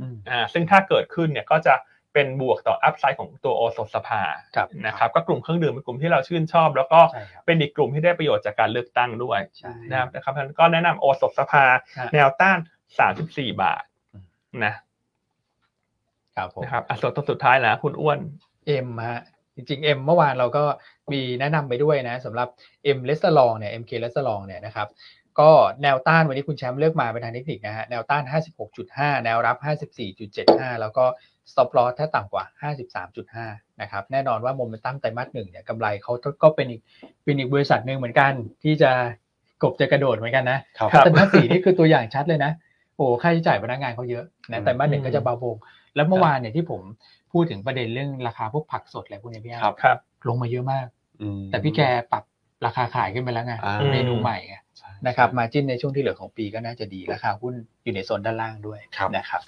อืม
อ่าซึ่งถ้าเกิดขึ้นเนี่ยก็จะเป็นบวกต่ออัพไซด์ของตัวโอสถสภา
ครับ
นะครับก็กลุ่มเครื่องดื่มเป็นกลุ่มที่เราชื่นชอบ แล้วก็
ใช่ครับ
เป็นอีกกลุ่มที่ได้ประโยชน์จากการเลือกตั้งด้วย
ใช่
นะครับนะครับท่านก็แนะนำโอสถสภา
ครับ
แนวต้าน 34 บาทนะ
ครับผม
นะครับอ่ะส่วนตัวสุดท้ายแล้วคุณอ้วน
เอ็มฮะจริงๆเอ็มเมื่อวานเราก็มีแนะนำไปด้วยนะสำหรับเอ็มเลสเตอรองเนี่ยเอ็มเคเลสเตอรองเนี่ยนะครับก็แนวต้านวันนี้คุณแชมป์เลือกมาเป็นทางเทคนิคนะฮะแนวต้าน 56.5 แนวรับ 54.75 แล้วก็ stop loss ถ้าต่ำกว่า 53.5 นะครับแน่นอนว่าโมเมนตัมไตรมาสหนึ่งเนี่ยกำไรเขาก็เป็นอีกเป็นอีกบริษัทหนึ่งเหมือนกัน ที่จะกบจะกระโดดเหมือนกันนะ
ครับ
ค
ไตรมาสสี่นี่คือตัวอย่างชัดเลยนะ โอ้ค่าใช้จ่ายพนักงานเขาเยอะนะ
อืม
ไตรมาสหนึ่งก็จะเบาบงแล้วเมื่อวานเนี่ยที่ผมพูดถึงประเด็นเรื่องราคาพวกผักสดอะไรพวกเนี้ยพี่อา
ครับ
ครับ
ลงมาเยอะมาก
อืม
แต่พี่แกปรับราคาขายขึ้นไปแล้วไง
อ่า
อืม
เมนูใหม่ไง
ใช่
นะครับมาจิ้นในช่วงที่เหลือของปีก็น่าจะดีราคาหุ้นอยู่ในโซนด้านล่างด้วย
ครับ
นะครับ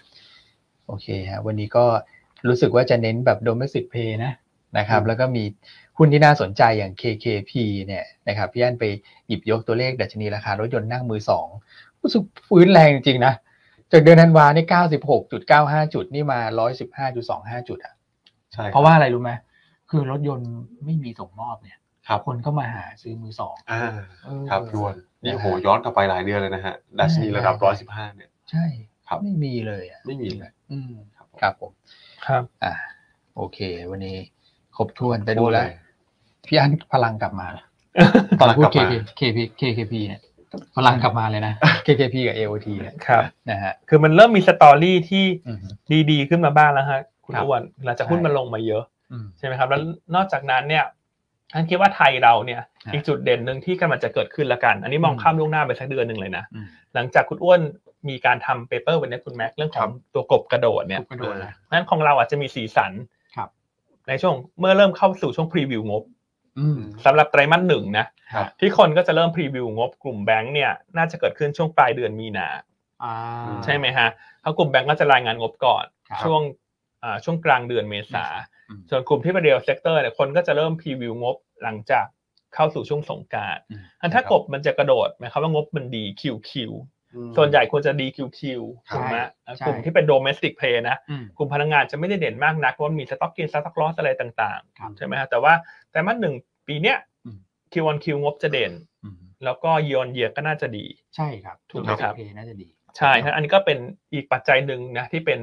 โอเคฮะวันนี้ก็รู้สึกว่าจะเน้นแบบ domestic play นะนะครับ แล้วก็มีหุ้นที่น่าสนใจอย่าง KKP เนี่ยนะครับพี่อันไปหยิบยกตัวเลขดัชนีราคารถยนต์นั่งมือสองรู้สึกฟื้นแรงจริงๆนะจากเดือนธันวาเนี่ย96.95 จุดนี่มา 115.25 จุดอะ
ใช่
เพราะว่าอะไรรู้ไหมคือรถยนต์ไม่มีส่งมอบเนี่ย
ครับ
คนก็มาหาซื้อมือสอง
อ่า
เออ
ครับพี่อ้วนนี่โอ้โหย้อนกลับไปหลายเดือนเลยนะฮะดัชนีระดับ
ใช่
ร้อยสิบห้าเนี่ย
ใช่
ครับ
ไม่มีเลยอ่ะ
ไม่มีเลย
อืม
ครับผ
ครับผ
ม
ม
ครับ
อ่าโอเค วันนี้ครบถ้วนไปดูแลว
พูเย
พี่อันพลังกลับมานะ
พลัง
พู
ก
ด
ลับมา
KK KP KKP เนี่ยพลังกลับมา เลยนะ KKP กับ AOT เนี่ย
ครับ
นะฮะ
คือมันเริ่มมีสตอรี่ที่
อืมฮึ
ดีๆขึ้นมาบ้างแล้วฮะคุณ
ครับ
อ้วนหลังจากหุ้น
ใช่
มันลงมาเยอะ
อืม
ใช่ไหมครับ แล้วนอกจากนั้นเนี่ยท่านคิดว่าไทยเราเนี่ย
ฮะ
อีกจุดเด่นหนึ่งที่กำลังจะเกิดขึ้นละกัน อันนี้มอง
อืม
ข้ามล่วงหน้าไปสักเดือนหนึ่งเลยนะ
อืม
หลังจากคุณอ้วนมีการทำเปเปอร์วันนี้คุณแม็กซ์เรื่องข
ค
อ
รั
ง
บ
ตัวกบกระโดดเนี่ย
ทุบกระโดดนะ
นั้นของเราอาจจะมีสีสัน
ครับ
ในช่วงเมื่อเริ่มเข้าสู่ช่วงพรีวิวงบ
อืม
สำหรับไตรมาสหนึ่งนะครับ ที่คนก็จะเริ่มพรีวิวงบกลุ่มแบงก์เนี่ยน่าจะเกิดขึ้นช่วงปลายเดือนมีนา
อ่า
ใช่ไหมฮะเพราะกลุ่มแบงก์ก็จะรายงานงบก่อน
ครับ
ช่วงอ่าช่วงกลางเดือนเมษา
อืม
ส่วนกลุ่มที่เป็นเรียลเซกเตอร์เนี่ยคนก็จะเริ่มพรีวิวงบหลังจากเข้าสู่ช่วงสงกราร
อืม
อันถ้ากบมันจะกระโดดหมายความว่างบมันดี QQ
อืม
ส่วนใหญ่ควรจะดี QQ
ครับ
ถูกไหม
ใช่
กลุ่มที่เป็นโดเมสติกเพย์นะ
อืม
กลุ่มพลังงานจะไม่ได้เด่นมากนักเพราะมันมีสต็อกกินสต็อกลอสอะไรต่าง
ครับ
ๆ ใช่ไหมฮะแต่ว่าแต่มาสหนึ่งปีเนี้ย
อืม
คิวอนคิวงบจะเด่น
อืม
แล้วก็ยอนเยียก็น่าจะดี
ใช่ครับ
ถูกไหมครับ
โอเคน่าจะดี
ใช่ครับอันนี้ก็เป็นอีกปัจจัยหนึ่งนะที่เป็น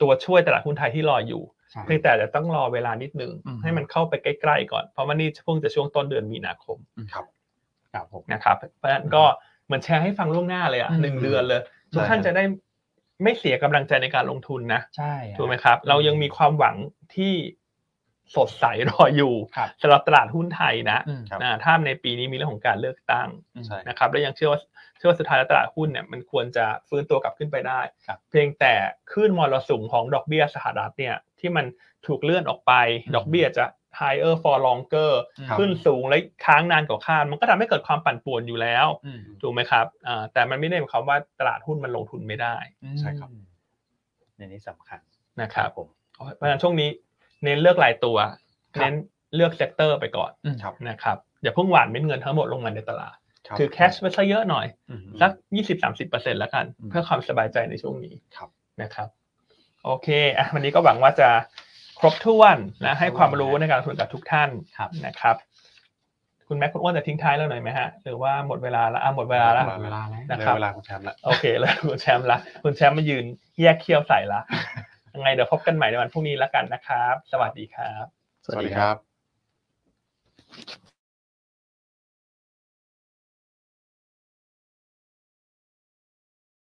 ตัวช่วยตลาดหุ้นไทยที่รออยู่
ใช่
เพียงแต่จะต้องรอเวลานิดนึง
อืม
ให้มันเข้าไปใกล้ๆก่อนเพราะว่านี่เพิ่งจะช่วงต้นเดือนมีนาคม
ครับผม
นะครับเพราะฉะนั้นก็เหมือนแชร์ให้ฟังล่วงหน้าเลยอ่ะ
อืม
หนึ่งเดือนเลยทุกท่านจะได้ไม่เสียกำลังใจในการลงทุนนะ
ใช่
ถูกไหมครับ เรายังมีความหวังที่สดใสรออยู่
ครับ
สำหรับตลาดหุ้นไทยนะ
อืม
ครับ
นะถ้าในปีนี้มีเรื่องของการเลือกตั้ง
อืม
ใช่
นะครับ และยังเชื่อว่าเชื่อว่าสุดท้ายแล้วตลาดหุ้นเนี่ยมันควรจะฟื้นตัวกลับขึ้นไปได้
ครับ
เพียงแต่คลื่นมรสุมของดอกเบี้ยสหรัฐเนี่ยที่มันถูกเลื่อนออกไป ดอกเบี้ยจะ higher for longer
ครับ
ขึ้นสูงและค้างนานกว่าคาดมันก็ทำให้เกิดความปั่นป่วนอยู่แล้ว
อืม
ถูกไหมครับอ่าแต่มันไม่ได้หมายความว่าตลาดหุ้นมันลงทุนไม่ได้
ใช่ครับ
ในนี้สำคัญ
นะครับ
ผม
เพราะฉะนั้นช่วงนี้เน้นเลือกรายตัว
ครับ
เน้นเลือกเซกเตอร์ไปก่อน
อืม
ครับ
นะครับอย่าเพิ่งหวานเม็ดเงินทั้งหมดลงมาในตลาด
รับ
ถือแคชไว้ซะเยอะหน่อย
อืม
สัก20 30เปอร์เซ็นต์แล้วกัน
อืม
เพื่อความสบายใจในช่วงนี้
ครับ
นะครับ โอเคอ่ะวันนี้ก็หวังว่าจะครบถ้วนนะให้ความรู้ในการลงทุนกับทุกท่าน
ครับ
นะครับ คุณแม็กคุณอ้วนจะทิ้งท้ายแล้วหน่อยไหมฮะหรือว่าหมดเวลาละอ่ะหมดเวลาละ
หมด
เวลาแล้ว
นะ
ใน
ครับ
เวลาคุณแชมป์ละ
โอเคแล้วคุณแชมป์ละคุณแชมป์มายืนแยกเคี้ยวใส่ละยังไงเดี๋ยวพบกันใหม่ในวันพรุ่งนี้แล้วกันนะครับ สวัสดีครับ
สวัสดีครับ